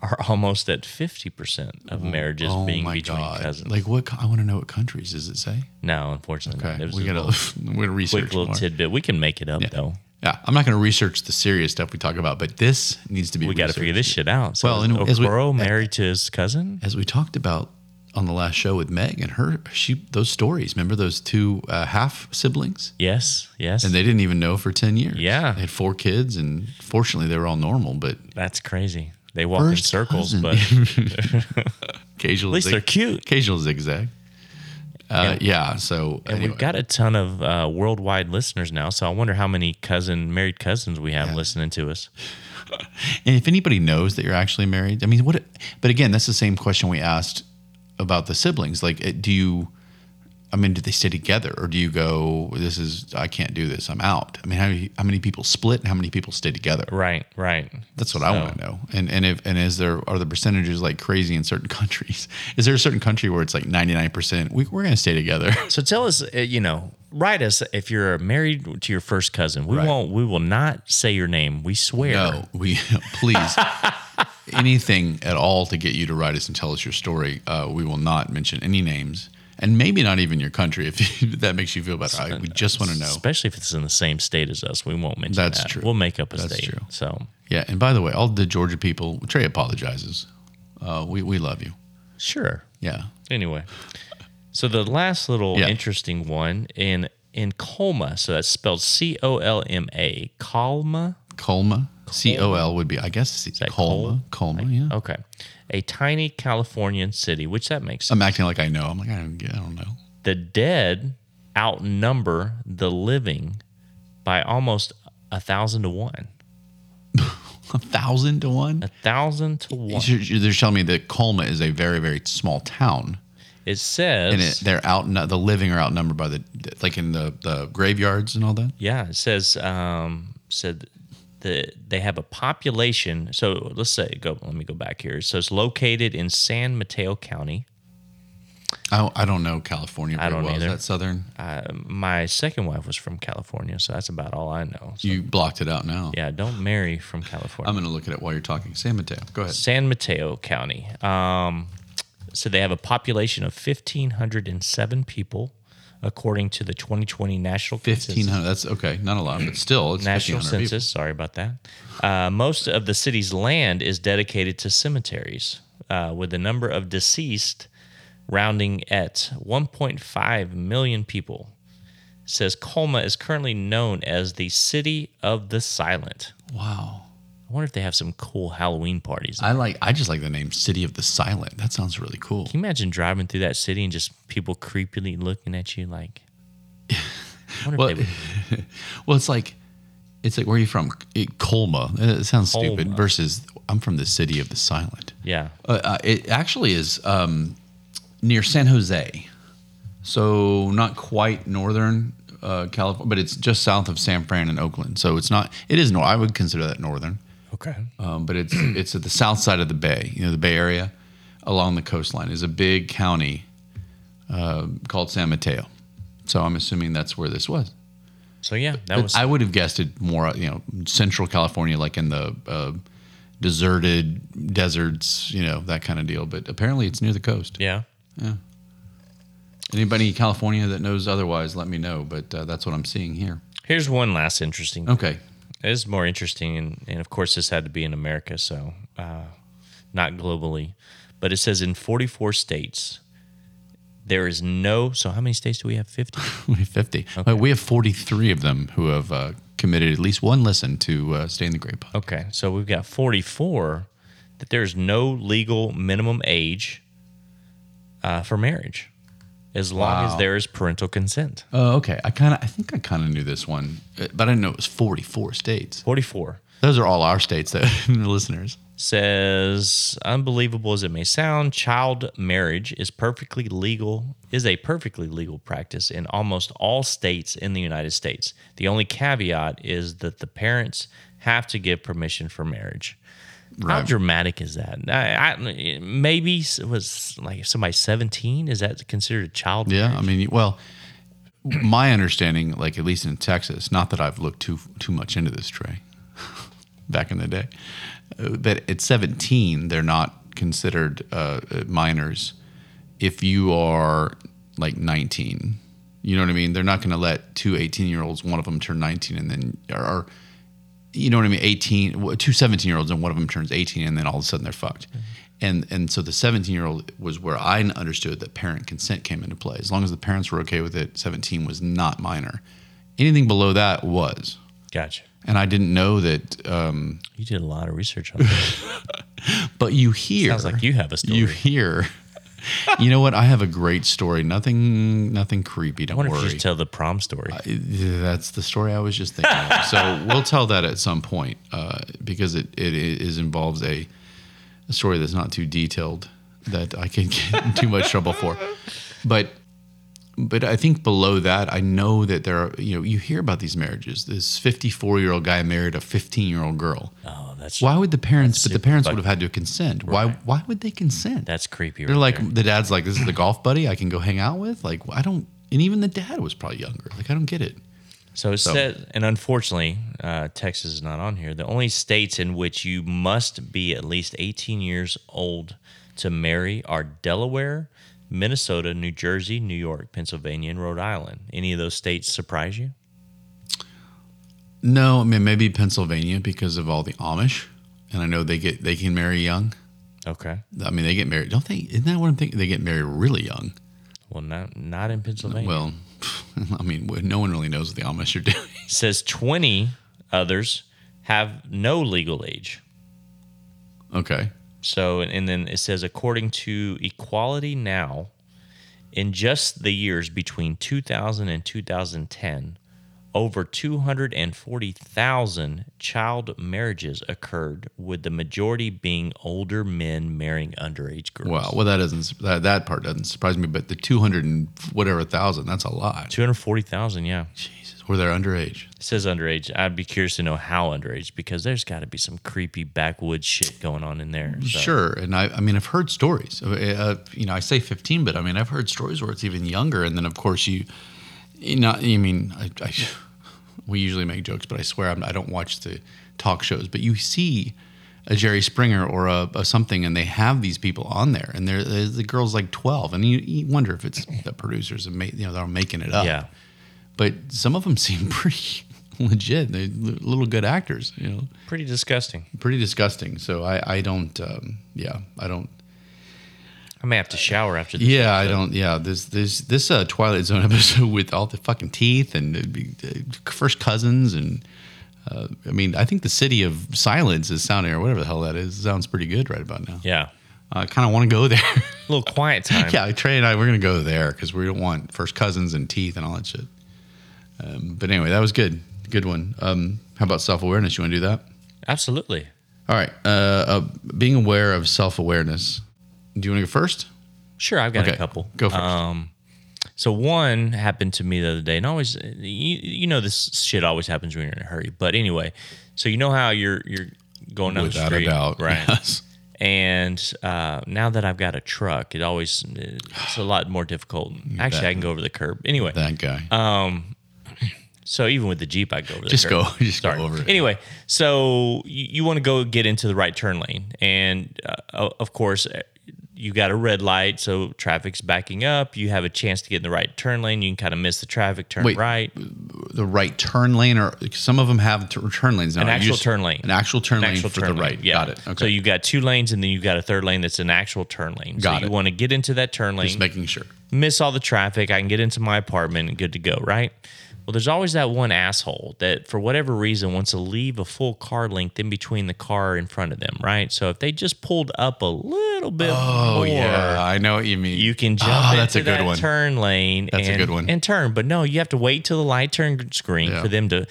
S3: are almost at 50% of marriages
S2: Oh
S3: being between cousins.
S2: Like what? co- I want to know what countries does it say?
S3: no, unfortunately. not.
S2: Okay,
S3: It was
S2: we
S3: a
S2: gotta
S3: little
S2: we're gonna research
S3: quick little
S2: more.
S3: tidbit. We can make it up, though.
S2: Yeah, I'm not gonna research the serious stuff we talk about, but this needs to be.
S3: We got to figure
S2: researched.
S3: this shit out. So
S2: Well,
S3: well,
S2: and as we-
S3: Okoro married to his cousin?
S2: As we talked about on the last show with Meg and her, she those stories. Remember those two uh, half siblings,
S3: Yes, yes.
S2: and they didn't even know for ten years.
S3: Yeah.
S2: they had four kids, and fortunately, they were all normal. But
S3: That's crazy. They walk in
S2: First
S3: circles,
S2: cousin.
S3: but at
S2: occasional,
S3: least they're cute.
S2: occasional zigzag. Uh, yeah, so
S3: And
S2: anyway.
S3: we've got a ton of uh, worldwide listeners now, so I wonder how many cousin married cousins we have listening to us.
S2: And if anybody knows that you're actually married, I mean, what? But again, that's the same question we asked about the siblings. Like, eh, do you? I mean, do they stay together, or do you go? This is I can't do this. I'm out. I mean, how, how many people split, and how many people stay together?
S3: Right, right.
S2: That's what I want to know. And and if and is there are the percentages like crazy in certain countries? Is there a certain country where it's like 99? percent we, We're gonna stay together.
S3: So tell us, uh, you know, write us if you're married to your first cousin. We won't. We will not say your name. We swear.
S2: No, we please anything at all to get you to write us and tell us your story. Uh, we will not mention any names, and maybe not even your country if you, that makes you feel better. I, we just want to know.
S3: Especially if it's in the same state as us, we won't mention
S2: That's
S3: that.
S2: true.
S3: We'll make up a
S2: That's
S3: state.
S2: true.
S3: So
S2: Yeah, and by the way, all the Georgia people, Trey apologizes. Uh, we we love you.
S3: sure.
S2: Yeah,
S3: Anyway, so the last little
S2: Yeah.
S3: interesting one in in Colma. So that's spelled C O L M A. Colma.
S2: Colma, C O L would be I guess C-
S3: that
S2: Colma, Colma. yeah,
S3: Okay. A tiny Californian city, which that makes sense.
S2: I'm acting like I know. I'm like I don't, get- I don't know.
S3: the dead outnumber the living by almost a thousand to one.
S2: A thousand to one.
S3: A thousand to one.
S2: You're, you're telling me that Colma is a very very small town.
S3: It
S2: and
S3: says,
S2: it, they're out the living are outnumbered by the like in the, the graveyards and all that
S3: yeah, it says, um, said the they have a population. So let's say, go. Let me go back here. So it's located in San Mateo County.
S2: i don't, I don't know california very
S3: don't
S2: well
S3: either.
S2: is that southern
S3: Uh, my second wife was from California, so that's about all I know. So,
S2: you blocked it out now
S3: yeah, don't marry from California.
S2: i'm gonna look at it while you're talking san mateo go ahead
S3: San Mateo County. Um, so they have a population of 1,507 people, according to the 2020 national
S2: Fifteen hundred. That's okay. Not a lot, but still, it's
S3: national
S2: 1,500 people.
S3: census. Sorry about that. Uh, most of the city's land is dedicated to cemeteries, uh, with the number of deceased rounding at 1.5 million people. It says Colma is currently known as the city of the silent.
S2: Wow.
S3: I wonder if they have some cool Halloween parties.
S2: I like. I just like the name City of the Silent. That sounds really cool.
S3: Can you imagine driving through that city and just people creepily looking at you like? I wonder
S2: Well,
S3: if they would
S2: Well, it's like, it's like where are you from? It, Colma. It sounds
S3: Colma.
S2: stupid. Versus, I'm from the City of the Silent.
S3: yeah.
S2: Uh, uh, it actually is um, near San Jose, so not quite northern uh, California, but it's just south of San Fran and Oakland. So it's not. It is. nor- I would consider that northern,
S3: Okay.
S2: um, but it's it's at the south side of the bay. You know, the Bay Area along the coastline is a big county uh, called San Mateo. So I'm assuming that's where this was.
S3: So yeah, that
S2: But
S3: was
S2: I would have guessed it more, you know, Central California, like in the uh, deserted deserts, you know, that kind of deal. But apparently, it's near the coast.
S3: yeah.
S2: Anybody in California that knows otherwise, let me know. But uh, that's what I'm seeing here.
S3: Here's one last interesting.
S2: Okay,
S3: This is more interesting, and, and of course, this had to be in America, so uh, not globally. But it says in 44 states, there is no. So how many states do we have? 50.
S2: we have 50. Uh, we have 43 of them who have uh, committed at least one listen to uh, "Stay in the Gray" pod.
S3: Okay, so we've got 44 that there's no legal minimum age uh, for marriage, as long as
S2: Wow.
S3: there is parental consent.
S2: Oh, okay. I kind of, I think I kind of knew this one, uh, but I didn't know it was 44 states.
S3: 44.
S2: Those are all our states, though, the listeners.
S3: says unbelievable as it may sound child marriage is perfectly legal is a perfectly legal practice in almost all states in the united states the only caveat is that the parents have to give permission for marriage how
S2: Right.
S3: dramatic is that I, I, maybe it was like if somebody's 17 is that considered a child
S2: Yeah, I mean, well, my understanding, like at least in Texas, not that I've looked too too much into this Trey, back in the day, uh, but at 17, they're not considered uh, uh, minors. If you are like 19, you know what I mean. They're not going to let two 18 year olds, one of them turn 19, and then or, or you know what I mean, 18, well, two 17 year olds, and one of them turns 18, and then all of a sudden they're fucked.
S3: Mm-hmm.
S2: And, and so the 17 year old was where I understood that parent consent came into play. As long as the parents were okay with it, 17 was not minor. Anything below that was.
S3: gotcha
S2: And I didn't know that, um,
S3: you did a lot of research on that
S2: but you hear.
S3: sounds like you have a story
S2: You hear. you know what? I have a great story. Nothing, nothing creepy.
S3: i
S2: Don't
S3: wonder if you
S2: worry.
S3: should tell the prom story
S2: That's the story I was just thinking. of. So we'll tell that at some point uh, because it, it is involves a, a story that's not too detailed that I can get in too much trouble for. But but I think below that, I know that there are you know you hear about these marriages. This fifty four year old guy married a fifteen year old girl.
S3: oh that's
S2: Why would the parents? But the
S3: super
S2: parents
S3: fucked.
S2: would have had to consent. Why why would they consent?
S3: that's creepy right
S2: They're like
S3: there.
S2: the dad's like this is the golf buddy I can go hang out with. Like I don't. And even the dad was probably younger. Like I don't get it.
S3: So it said, and unfortunately, uh, Texas is not on here. The only states in which you must be at least 18 years old to marry are Delaware, Minnesota, New Jersey, New York, Pennsylvania, and Rhode Island. Any of those states surprise you?
S2: No, I mean maybe Pennsylvania because of all the Amish, and I know they get they can marry young.
S3: Okay.
S2: I mean they get married, don't they? Isn't that what I'm thinking? They get married really young.
S3: Well, not not in Pennsylvania.
S2: Well, I mean no one really knows what the Amish are doing.
S3: It says 20 others have no legal age.
S2: okay,
S3: So, and- and then it says, according to Equality Now, in just the years between 2000 and 2010, over 240,000 child marriages occurred, with the majority being older men marrying underage girls.
S2: wow. Well, that doesn't that, that part doesn't surprise me, but the two hundred and whatever thousand that's a lot.
S3: 240,000, yeah.
S2: Jesus, were they underage?
S3: It says underage. I'd be curious to know how underage because there's got to be some creepy backwoods shit going on in there. So.
S2: Sure, and I, I mean, I've heard stories. Uh, Uh, you know, I say fifteen, but I mean, I've heard stories where it's even younger. And then, of course, you, you know, I mean, I, I, we usually make jokes, but I swear I'm, I don't watch the talk shows. But you see, a Jerry Springer or a, a something, and they have these people on there, and they're, eh, the the girl's like twelve, and you, you wonder if it's the producers and ma- you know they're making it up.
S3: Yeah.
S2: But some of them seem pretty legit. They're li- little good actors, you know.
S3: Pretty disgusting.
S2: Pretty disgusting. So I I don't um, yeah I don't
S3: I may have to shower after this.
S2: yeah I don't yeah this this this uh, Twilight Zone episode with all the fucking teeth and it'd be, uh, first cousins and. Uh, I mean, I think the city of silence is sounding, or whatever the hell that is, sounds pretty good right about now.
S3: Yeah.
S2: I kind of want to go there.
S3: A little quiet time.
S2: yeah, Trey and I, we're going to go there because we don't want first cousins and teeth and all that shit. Um, but anyway, that was good. Good one. Um, how about self awareness? You want to do that?
S3: Absolutely.
S2: All right. Uh, uh, being aware of self awareness. Do you want to go first?
S3: Sure, I've got
S2: Okay,
S3: a couple.
S2: go first.
S3: Um, so one happened to me the other day, and always, you, you know, this shit always happens when you're in a hurry. But anyway, so you know how you're you're going down the
S2: Without
S3: street,
S2: a doubt.
S3: right?
S2: Yes.
S3: And uh, now that I've got a truck, it always it's a lot more difficult. Actually, I can go over the curb. Anyway,
S2: That guy.
S3: Uh, so even with the Jeep, I go over the
S2: Just
S3: curb.
S2: go- just go over it.
S3: Anyway, so you, you want to go get into the right turn lane, and uh, o- of course, uh, you got a red light, so traffic's backing up. You have a chance to get in the right turn lane. You can kind of miss the traffic, turn
S2: Wait,
S3: right,
S2: the right turn lane, or some of them have t- turn lanes now.
S3: An
S2: You
S3: actual turn lane.
S2: An actual turn
S3: an
S2: lane
S3: actual
S2: for
S3: turn
S2: the right.
S3: lane. Yeah.
S2: Got it. Okay.
S3: So you got two lanes, and then you got a third lane that's an actual turn lane.
S2: Got
S3: so
S2: it.
S3: you want to get into that turn lane.
S2: Just making sure.
S3: miss all the traffic. I can get into my apartment and good to go, right? Well, there's always that one asshole that, for whatever reason, wants to leave a full car length in between the car in front of them, right? So if they just pulled up a little bit
S2: Oh,
S3: more,
S2: yeah. I know what you mean.
S3: you can jump
S2: Ah,
S3: into
S2: that's a good
S3: that
S2: one.
S3: turn lane
S2: That's a
S3: and,
S2: good one.
S3: and turn. But no, you have to wait till the light turn screen
S2: Yeah.
S3: for them to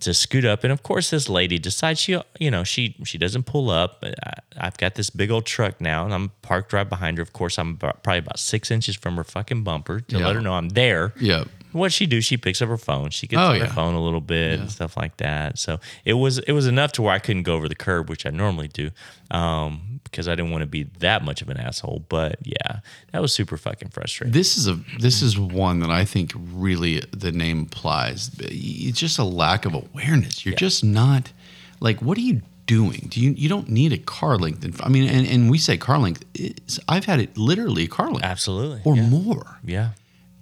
S3: to scoot up. And of course, this lady decides she you know she she doesn't pull up. I, I've got this big old truck now, and I'm parked right behind her. Of course, I'm about, probably about six inches from her fucking bumper to
S2: Yeah.
S3: let her know I'm there.
S2: Yeah.
S3: What she do? She picks up her phone. She gets
S2: Oh,
S3: on
S2: yeah.
S3: her phone a little bit and stuff like that. So it was it was enough to where I couldn't go over the curb, which I normally do, um, because I didn't want to be that much of an asshole. But yeah, that was super fucking frustrating.
S2: This is a this is one that I think really the name applies. It's just a lack of awareness. You're just not like what are you doing? Do you you don't need a car length? In, I mean, and, and we say car length. It's, I've had it literally car length
S3: Absolutely.
S2: or
S3: yeah.
S2: more,
S3: yeah.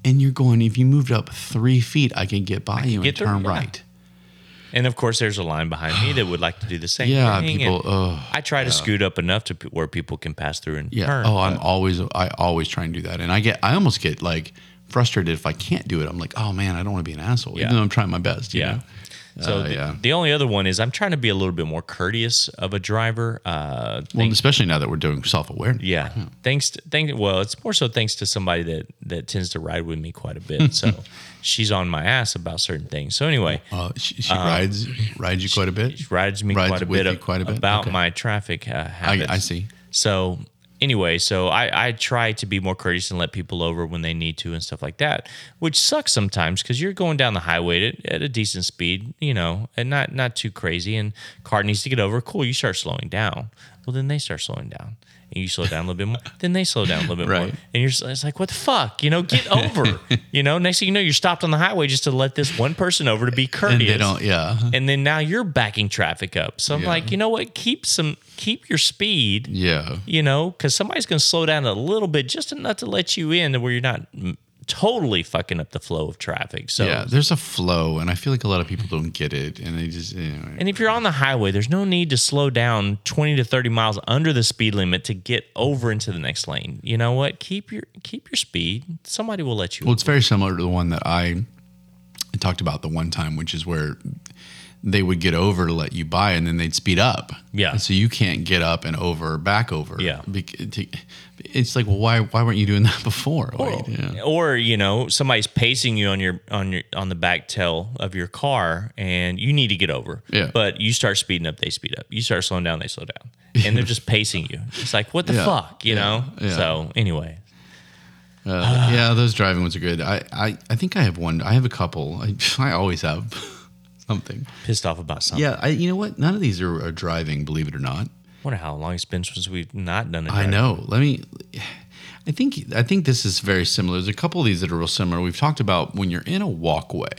S2: and you're going. If you moved up three feet, I can get by you
S3: get
S2: and
S3: there,
S2: turn
S3: yeah.
S2: right.
S3: And of course, there's a line behind me that would like to do the same
S2: Yeah,
S3: thing.
S2: people.
S3: and
S2: Oh,
S3: I try to scoot up enough to p- where people can pass through and
S2: yeah.
S3: turn.
S2: oh, I'm always I always try and do that, and I get I almost get like frustrated if I can't do it. I'm like, oh man, I don't want to be an asshole,
S3: Yeah.
S2: even though I'm trying my best. you
S3: Yeah.
S2: know?
S3: So
S2: Uh,
S3: the,
S2: yeah.
S3: the only other one is I'm trying to be a little bit more courteous of a driver. Uh,
S2: Well, especially now that we're doing self awareness.
S3: Yeah. Thanks to thank well, it's more so thanks to somebody that that tends to ride with me quite a bit. So she's on my ass about certain things. So anyway,
S2: Uh, she she rides rides you quite a bit.
S3: she rides me
S2: Rides
S3: quite, a
S2: with
S3: bit
S2: you
S3: ab-
S2: quite a bit?
S3: about
S2: Okay.
S3: my traffic uh,
S2: I,
S3: habits.
S2: I see.
S3: So anyway, so I, I try to be more courteous and let people over when they need to and stuff like that, which sucks sometimes because you're going down the highway at, at a decent speed, you know, and not not too crazy. And car needs to get over. Cool, you start slowing down. Well, then they start slowing down. And you slow down a little bit more. Then they slow down a little bit
S2: Right.
S3: more. And you're just, it's like, what the fuck? You know, get over. you know, next thing you know, you're stopped on the highway just to let this one person over to be
S2: And
S3: courteous
S2: they don't. Yeah.
S3: and then now you're backing traffic up. So I'm
S2: Yeah.
S3: like, you know what? Keep some, keep your speed.
S2: Yeah.
S3: You know, because somebody's going to slow down a little bit, just enough to let you in, to where you're not mm, totally fucking up the flow of traffic. So,
S2: Yeah. There's a flow, and I feel like a lot of people don't get it, and they just anyway.
S3: and if you're on the highway, there's no need to slow down 20 to 30 miles under the speed limit to get over into the next lane. You know what? Keep your keep your speed. Somebody will let you.
S2: Well, it's very similar to the one that I talked about the one time, which is where they would get over to let you by, and then they'd speed up.
S3: Yeah.
S2: And so you can't get up and over, back over.
S3: Yeah.
S2: Bec- to- It's like, well, why why weren't you doing that before? Like, yeah.
S3: or you know somebody's pacing you on your on your on the back tail of your car and you need to get over
S2: Yeah.
S3: but you start speeding up they speed up you start slowing down they slow down and they're just pacing you it's like what the
S2: Yeah.
S3: fuck you
S2: Yeah.
S3: know
S2: Yeah.
S3: so anyway
S2: Uh, yeah, those driving ones are good. I, I, I think I have one. I have a couple. I, I always have something.
S3: pissed off about something
S2: Yeah, I, you know what? None of these are, are driving, believe it or not.
S3: wonder how long it's been since we've not done it
S2: I know. Let me. I think I think this is very similar. There's a couple of these that are real similar. We've talked about when you're in a walkway.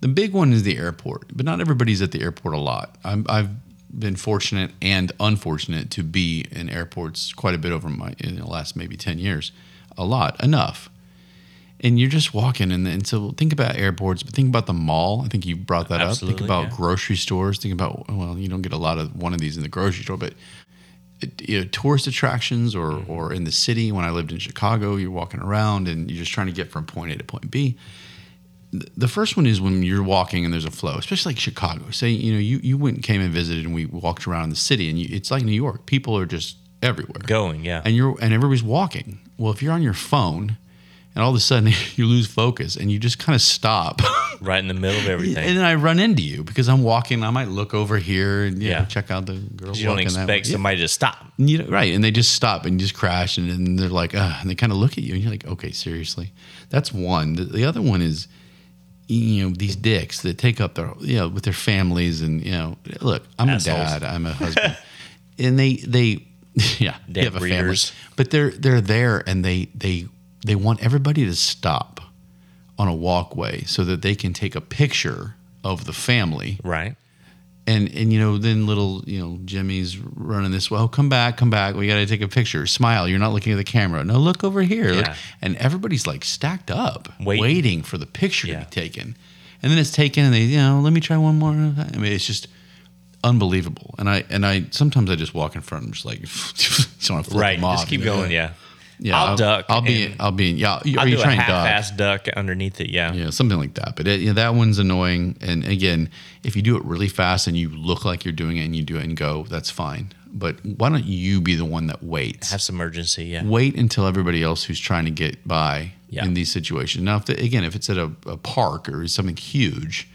S2: The big one is the airport, but not everybody's at the airport a lot. I'm, I've been fortunate and unfortunate to be in airports quite a bit over my in the last maybe 10 years a lot enough and you're just walking and, and so think about airports but think about the mall i think you brought that up
S3: Absolutely,
S2: think about
S3: yeah.
S2: grocery stores think about well you don't get a lot of one of these in the grocery store but you know, tourist attractions or
S3: Mm-hmm.
S2: or in the city when i lived in chicago you're walking around and you're just trying to get from point a to point b the first one is when you're walking and there's a flow, especially like Chicago. Say, you know, you, you went and came and visited and we walked around the city and you, it's like New York. People are just everywhere.
S3: Going, yeah.
S2: And you're and everybody's walking. Well, if you're on your phone and all of a sudden you lose focus and you just kind of stop.
S3: right in the middle of
S2: and
S3: everything.
S2: then I run into you because I'm walking. I might look over here and you know,
S3: Yeah.
S2: check out the girls.
S3: You don't
S2: walking that way.
S3: expect
S2: Yeah.
S3: somebody to stop.
S2: And you know, right, and they just stop and just crash, and, and they're like, Ugh, and they kind of look at you, and you're like, okay, seriously, that's one. The, the other one is, you know, these dicks that take up their, you know, with their families, and you know, look, I'm
S3: Assholes.
S2: a dad, I'm a husband, and they, they, yeah, they
S3: Dead
S2: have a
S3: breeders.
S2: family, but they're they're there, and they they they want everybody to stop on a walkway so that they can take a picture of the family
S3: Right.
S2: and and you know then little you know Jimmy's running this well come back come back we got to take a picture smile you're not looking at the camera no look over here Look.
S3: Yeah.
S2: and everybody's like stacked up
S3: Waiting.
S2: waiting for the picture
S3: Yeah.
S2: to be taken and then it's taken and they you know let me try one more I mean it's just unbelievable and I and I sometimes I just walk in front and just like just want to flip
S3: Right.
S2: them off
S3: Just keep
S2: you know?
S3: going. Yeah.
S2: yeah
S3: I'll duck
S2: I'll be
S3: and-
S2: I'll be yeah are
S3: I'll
S2: you
S3: do
S2: trying
S3: a
S2: to duck
S3: half-ass duck underneath it. Yeah.
S2: yeah, something like that. But it, you know, that one's annoying. And again, if you do it really fast and you look like you're doing it and you do it and go, that's fine. But why don't you be the one that waits?
S3: Have some urgency. Yeah.
S2: Wait until everybody else who's trying to get by
S3: Yeah.
S2: in these situations. Now, if the, again, if it's at a, a park or something huge,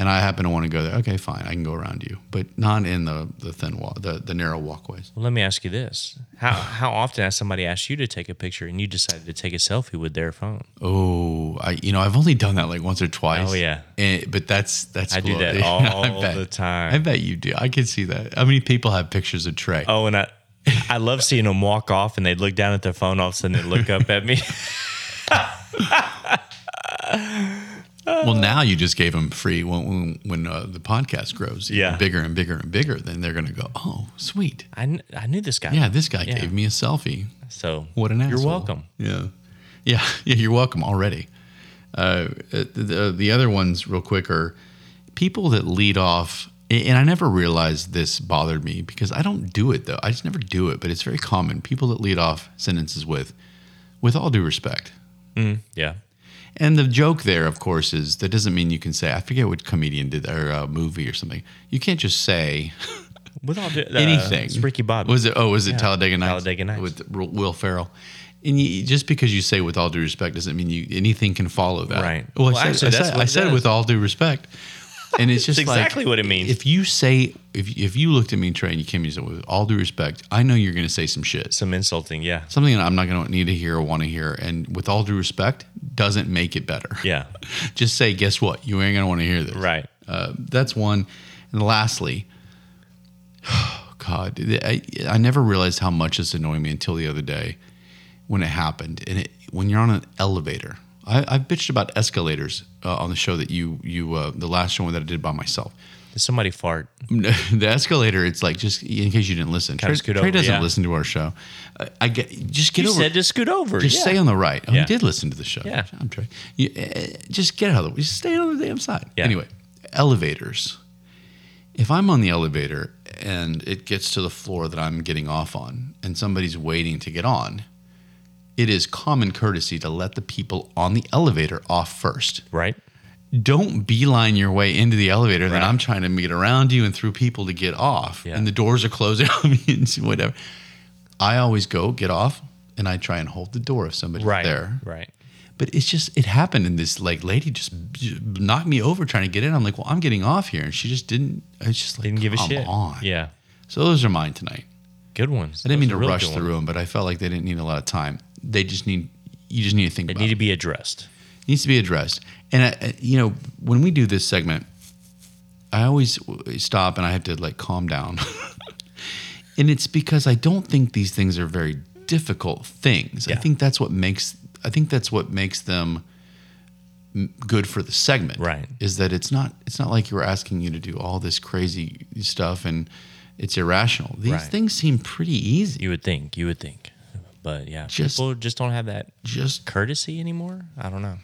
S2: and I happen to want to go there, okay, fine, I can go around you, but not in the the thin wall, the, the narrow walkways.
S3: Well, let me ask you this: How how often has somebody asked you to take a picture and you decided to take a selfie with their phone?
S2: Oh, I you know I've only done that like once or twice.
S3: Oh, yeah.
S2: And- but that's that's
S3: I do
S2: cool.
S3: that
S2: I
S3: all
S2: bet.
S3: the time.
S2: I bet you do. I can see that. How many people have pictures of Trey?
S3: Oh, and I I love seeing them walk off and they look down at their phone all of a sudden they look up at me.
S2: Well, now you just gave them free when when, when uh, the podcast grows, even
S3: Yeah.
S2: bigger and bigger and bigger. Then they're gonna go, oh, sweet,
S3: I, kn- I knew this guy.
S2: yeah, this guy
S3: Yeah.
S2: gave me a selfie.
S3: So
S2: What an asshole.
S3: You're welcome.
S2: Yeah, yeah, yeah. You're welcome already. Uh, the, the other ones, real quick, are people that lead off. And I never realized this bothered me because I don't do it though. I just never do it, but it's very common. People that lead off sentences with, with all due respect.
S3: Yeah.
S2: And the joke there, of course, is that doesn't mean you can say, I forget what comedian did or uh, movie or something. You can't just say
S3: With all the, uh,
S2: anything.
S3: it's Ricky Bob.
S2: Was it, oh, was it Talladega Nights?
S3: Talladega Nights.
S2: With R- Will Ferrell. And you, just because you say with all due respect doesn't mean you anything can follow that.
S3: Right.
S2: Well,
S3: Well,
S2: I said,
S3: actually, that's
S2: I said,
S3: what
S2: I
S3: it
S2: said
S3: does.
S2: with all due respect. And it's just
S3: That's
S2: like-
S3: exactly what it means.
S2: If you say, if, if you looked at me, Trey, and you came and you said, with all due respect, I know you're going to say some shit
S3: Some insulting. Yeah.
S2: something that I'm not going to need to hear or want to hear. And with all due respect, doesn't make it better.
S3: Yeah.
S2: Just say, guess what? You ain't going to want to hear this.
S3: Right.
S2: Uh, that's one. And lastly, God, I, I never realized how much this annoyed me until the other day when it happened. And it, when you're on an elevator, I, I've bitched about escalators uh, on the show that you, you uh, the last show that I did by myself
S3: Did somebody fart?
S2: the escalator. It's like just in case you didn't listen. Trey,
S3: Kinda scoot
S2: Trey
S3: over,
S2: doesn't
S3: yeah.
S2: listen to our show. I, I get just get
S3: you
S2: over.
S3: said to scoot over.
S2: just
S3: yeah.
S2: stay on the right. Oh,
S3: Yeah.
S2: He did listen to the show.
S3: Yeah.
S2: I'm Trey. You, uh, just get out of the way. Just stay on the damn side.
S3: Yeah.
S2: Anyway, elevators. If I'm on the elevator and it gets to the floor that I'm getting off on, and somebody's waiting to get on. It is common courtesy to let the people on the elevator off first
S3: right.
S2: don't beeline your way into the elevator. Then
S3: Right.
S2: I'm trying to meet around you and through people to get off,
S3: Yeah.
S2: and the doors are closing on me and whatever. I always go get off, and I try and hold the door if somebody's
S3: Right.
S2: there.
S3: Right.
S2: But it's just it happened, and this like lady just knocked me over trying to get in. I'm like, well, I'm getting off here, and she just didn't. It's just like
S3: Didn't give a
S2: come
S3: shit.
S2: On.
S3: Yeah.
S2: So those are mine tonight.
S3: Good ones.
S2: I didn't mean to rush through them, but I felt like they didn't need a lot of time. They just need you just need to think
S3: They
S2: about.
S3: need to be addressed.
S2: needs to be addressed. And I- I, you know, when we do this segment, I always w- stop and I have to like calm down. and it's because I don't think these things are very difficult things. I
S3: Yeah.
S2: think that's what makes I think that's what makes them m- good for the segment
S3: Right.
S2: is that it's not it's not like you were asking you to do all this crazy stuff and it's irrational these
S3: Right.
S2: things seem pretty easy
S3: You would think, you would think, but yeah,
S2: Just-
S3: people just don't have that
S2: just
S3: courtesy anymore. I don't know.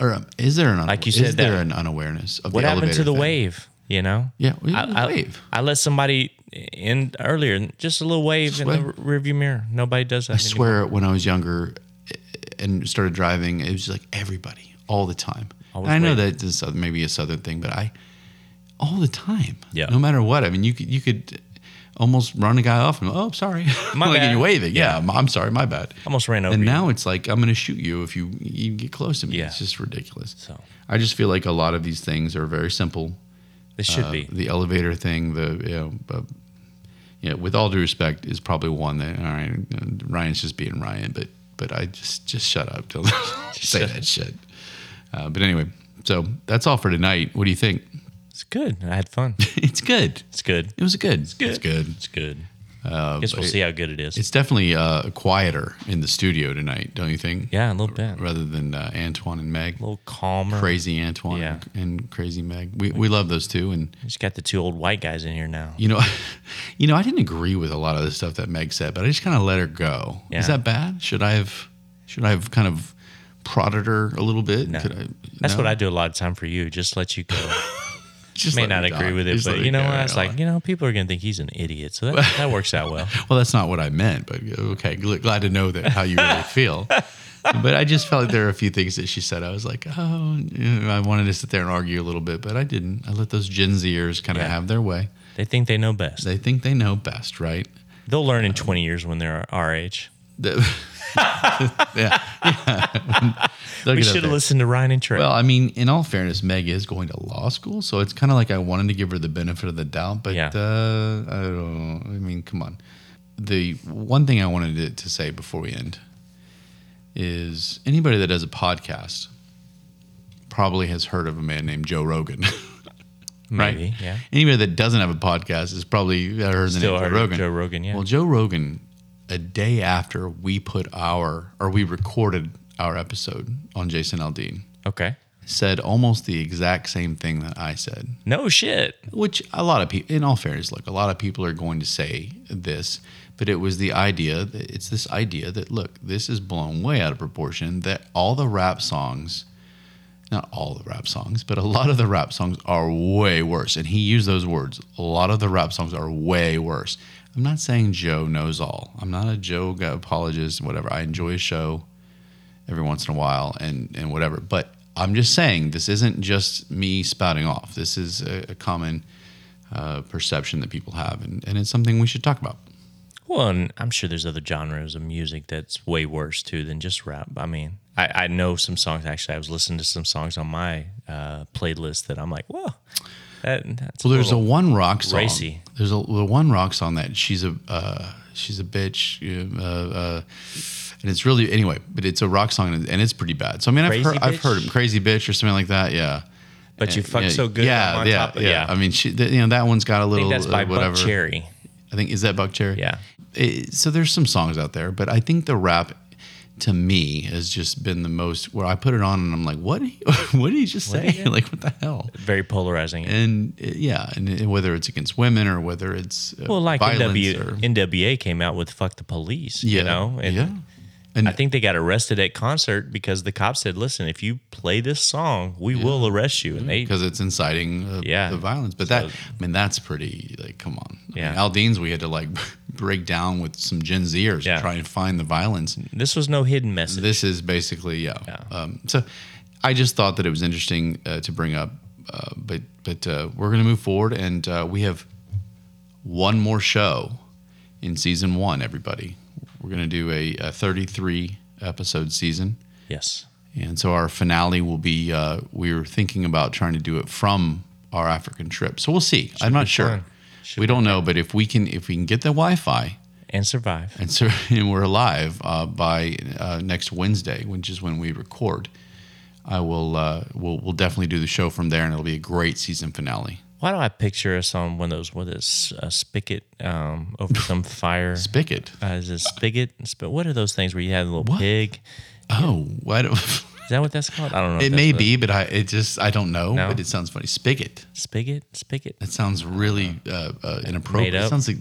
S2: or um, is there an unaw-
S3: Like you
S2: is
S3: said that-
S2: there an unawareness of
S3: What
S2: the
S3: happened to
S2: elevator
S3: the
S2: thing?
S3: wave? You know?
S2: yeah we-
S3: I, I-
S2: wave
S3: I let somebody in earlier, and just a little wave in the
S2: wave.
S3: the rearview mirror. Nobody does that.
S2: I swear, when I was younger eh, and started driving, it was like everybody all the time.
S3: Always
S2: And I know
S3: waiting.
S2: that this is maybe a southern thing, but I all the time.
S3: Yeah.
S2: No matter what, I mean, you could you could almost run a guy off and oh, sorry,
S3: My
S2: like and
S3: bad.
S2: you're waving. Yeah, I'm- I'm sorry, my bad.
S3: Almost ran over
S2: And
S3: you.
S2: now it's like I'm going to shoot you if you you get close to me.
S3: Yeah.
S2: It's just ridiculous.
S3: So
S2: I just feel like a lot of these things are very simple.
S3: this should
S2: Uh,
S3: be.
S2: the elevator thing. The you know, uh, yeah. With all due respect, is probably one that all right. uh, Ryan's just being Ryan, but but I just just shut up. Don't say that shit. Uh, but anyway, so that's all for tonight. What do you think?
S3: It's good. I had fun.
S2: it's good.
S3: It's good.
S2: It was good. It's
S3: good.
S2: It's good.
S3: It's good. Guess we'll
S2: Uh, but-
S3: see how good it is.
S2: It's definitely uh, quieter in the studio tonight, don't you think?
S3: yeah, a little bit. A
S2: Rather than uh, Antoine and Meg,
S3: little calmer.
S2: crazy Antoine
S3: Yeah.
S2: and, and crazy Meg. We we love those two, and
S3: Just got the two old white guys in here now.
S2: you know, you know, I didn't agree with a lot of the stuff that Meg said, but I just kind of let her go. Is
S3: Yeah.
S2: that bad? Should I have, should I have kind of prodded her a little bit?
S3: No.
S2: Could I,
S3: That's what I do a lot of time for you. Just let you go.
S2: just
S3: May
S2: let
S3: not
S2: her
S3: agree
S2: die.
S3: with it,
S2: Just let
S3: but
S2: her
S3: you know,
S2: go,
S3: I was like, you know, people are gonna think he's an idiot, so that, that works out well.
S2: well, that's not what I meant, but okay, gl- glad to know that how you really feel. But I just felt like there were a few things that she said. I was like, oh, you know, I wanted to sit there and argue a little bit, but I didn't. I let those Gen Zers kind of
S3: Yeah.
S2: have their way.
S3: They think they know best.
S2: They think they know best, right?
S3: They'll learn in 20 years when they're our age.
S2: The- yeah, yeah.
S3: We should have listened to Ryan and Trey.
S2: Well, I mean, in all fairness, Meg is going to law school, so it's kind of like I wanted to give her the benefit of the doubt, but
S3: Yeah.
S2: uh, I don't. I mean, come on. The one thing I wanted to, to say before we end is anybody that does a podcast probably has heard of a man named Joe Rogan.
S3: Maybe,
S2: right?
S3: yeah.
S2: Anybody that doesn't have a podcast has probably uh, heard the
S3: Still
S2: name
S3: heard
S2: Joe
S3: of
S2: Rogan.
S3: Joe Rogan, yeah.
S2: Well, Joe Rogan, a day after we put our or we recorded our episode on Jason Aldean
S3: Okay.
S2: said almost the exact same thing that I said,
S3: No shit.
S2: which a lot of people, in all fairness, look, a lot of people are going to say this, but it was the idea that it's this idea that, look, this is blown way out of proportion, that all the rap songs, not all the rap songs, but a lot of the rap songs are way worse. And he used those words. A lot of the rap songs are way worse. I'm not saying Joe knows all. I'm not a Joe guy- apologist, whatever. I enjoy his show every once in a while and and whatever. But I'm just saying this isn't just me spouting off. This is a, a common uh, perception that people have, and, and it's something we should talk about.
S3: Well, and I'm sure there's other genres of music that's way worse too than just rap. I mean, I, I know some songs. Actually, I was listening to some songs on my uh, playlist that I'm like, whoa, that, that's
S2: Well, there's a one rock song.
S3: racy.
S2: There's a the one rock song that she's a uh, she's a bitch, uh, uh, and it's really anyway. But it's a rock song, and, and it's pretty bad. So I mean, I've
S3: Crazy
S2: heard, I've
S3: Bitch?
S2: heard crazy bitch or something like that. Yeah.
S3: but you fuck
S2: yeah,
S3: so good.
S2: Yeah,
S3: on
S2: yeah,
S3: top of,
S2: yeah,
S3: yeah.
S2: I mean, she, th- you know, that one's got a
S3: I
S2: little
S3: think that's
S2: uh,
S3: by
S2: whatever.
S3: Buck Cherry.
S2: I think is that Buck Cherry.
S3: Yeah.
S2: It, so there's some songs out there, but I think the rap to me has just been the most where I put it on and I'm like, what? did he- what did he just say? like, what the hell?
S3: Very polarizing.
S2: And uh, yeah, and it- whether it's against women or whether it's uh,
S3: well, like
S2: violence
S3: NW,
S2: or
S3: NWA came out with "fuck the police,"
S2: yeah,
S3: you know, and
S2: yeah, and
S3: I think they got arrested at concert because the cops said, "Listen, if you play this song, we will arrest you." And they
S2: because it's inciting uh,
S3: Yeah.
S2: the violence. But that, I mean, that's pretty, like, come on.
S3: Yeah.
S2: I mean, Aldean's, we had to like break down with some Gen Zers
S3: Yeah.
S2: to try and find the violence.
S3: this was no hidden message.
S2: This is basically, yeah.
S3: Yeah.
S2: Um, so I just thought that it was interesting uh, to bring up, uh, but, but uh, we're going to move forward and uh, we have one more show in season one, everybody. We're going to do a, a 33 episode season.
S3: yes,
S2: And so our finale will be uh, we were thinking about trying to do it from our African trip. So we'll see. I'm not sure.
S3: fun. Should
S2: We don't know, but if we can if we can get the Wi-Fi
S3: and survive.
S2: and so and we're alive uh, by uh, next Wednesday, which is when we record, I will uh, we'll we'll definitely do the show from there, and it'll be a great season finale.
S3: Why do I picture us on one of those what is a spigot um, over some fire?
S2: Spigot.
S3: Uh, is it spigot? Sp- what are those things where you have a little pig?
S2: Oh, why do
S3: that what that's called? I don't know. if
S2: It
S3: that's
S2: may
S3: what-
S2: be, but I it just I don't know.
S3: No?
S2: But it sounds funny. Spigot.
S3: spigot, spigot.
S2: That sounds really uh, uh, inappropriate.
S3: Made
S2: It
S3: up?
S2: sounds like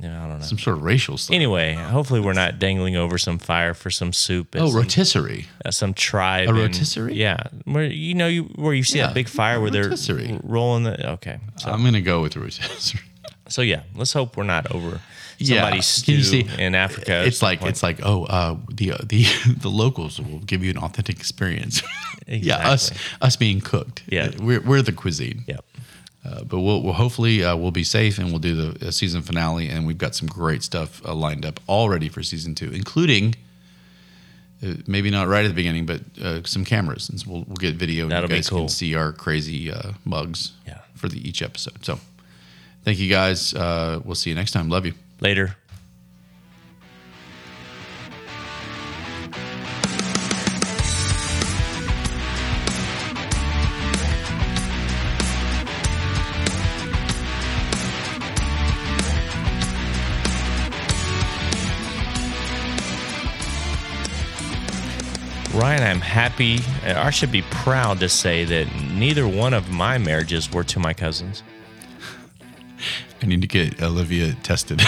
S3: No, I don't know.
S2: some sort of racial stuff.
S3: Anyway, hopefully we're not dangling over some fire for some soup. at
S2: oh,
S3: some,
S2: rotisserie.
S3: uh, some tribe.
S2: A
S3: in-
S2: rotisserie?
S3: yeah, where you know you where you see
S2: Yeah,
S3: that big fire where they're
S2: rotisserie.
S3: rolling the. Okay, so,
S2: I'm gonna go with rotisserie.
S3: so yeah, let's hope we're not over
S2: Yeah.
S3: somebody's
S2: Can you
S3: stew
S2: see-
S3: in Africa. at
S2: it's
S3: some
S2: like
S3: point.
S2: it's like oh uh, the uh, the the locals will give you an authentic experience. yeah, us us being cooked. Uh,
S3: Yeah.
S2: we're we're the cuisine.
S3: yep.
S2: Uh, but we'll, we'll hopefully uh, we'll be safe and we'll do the uh, season finale and we've got some great stuff uh, lined up already for season two, including. Uh, maybe not right at the beginning, but uh, some cameras, and so we'll, we'll get video.
S3: That'll
S2: and
S3: be
S2: you guys
S3: cool.
S2: can see our crazy uh, mugs
S3: Yeah.
S2: for the each episode. So, thank you guys. Uh, we'll see you next time. Love you.
S3: Later. Ryan, I'm happy, uh, I should be proud to say that neither one of my marriages were to my cousins.
S2: I need to get Olivia tested.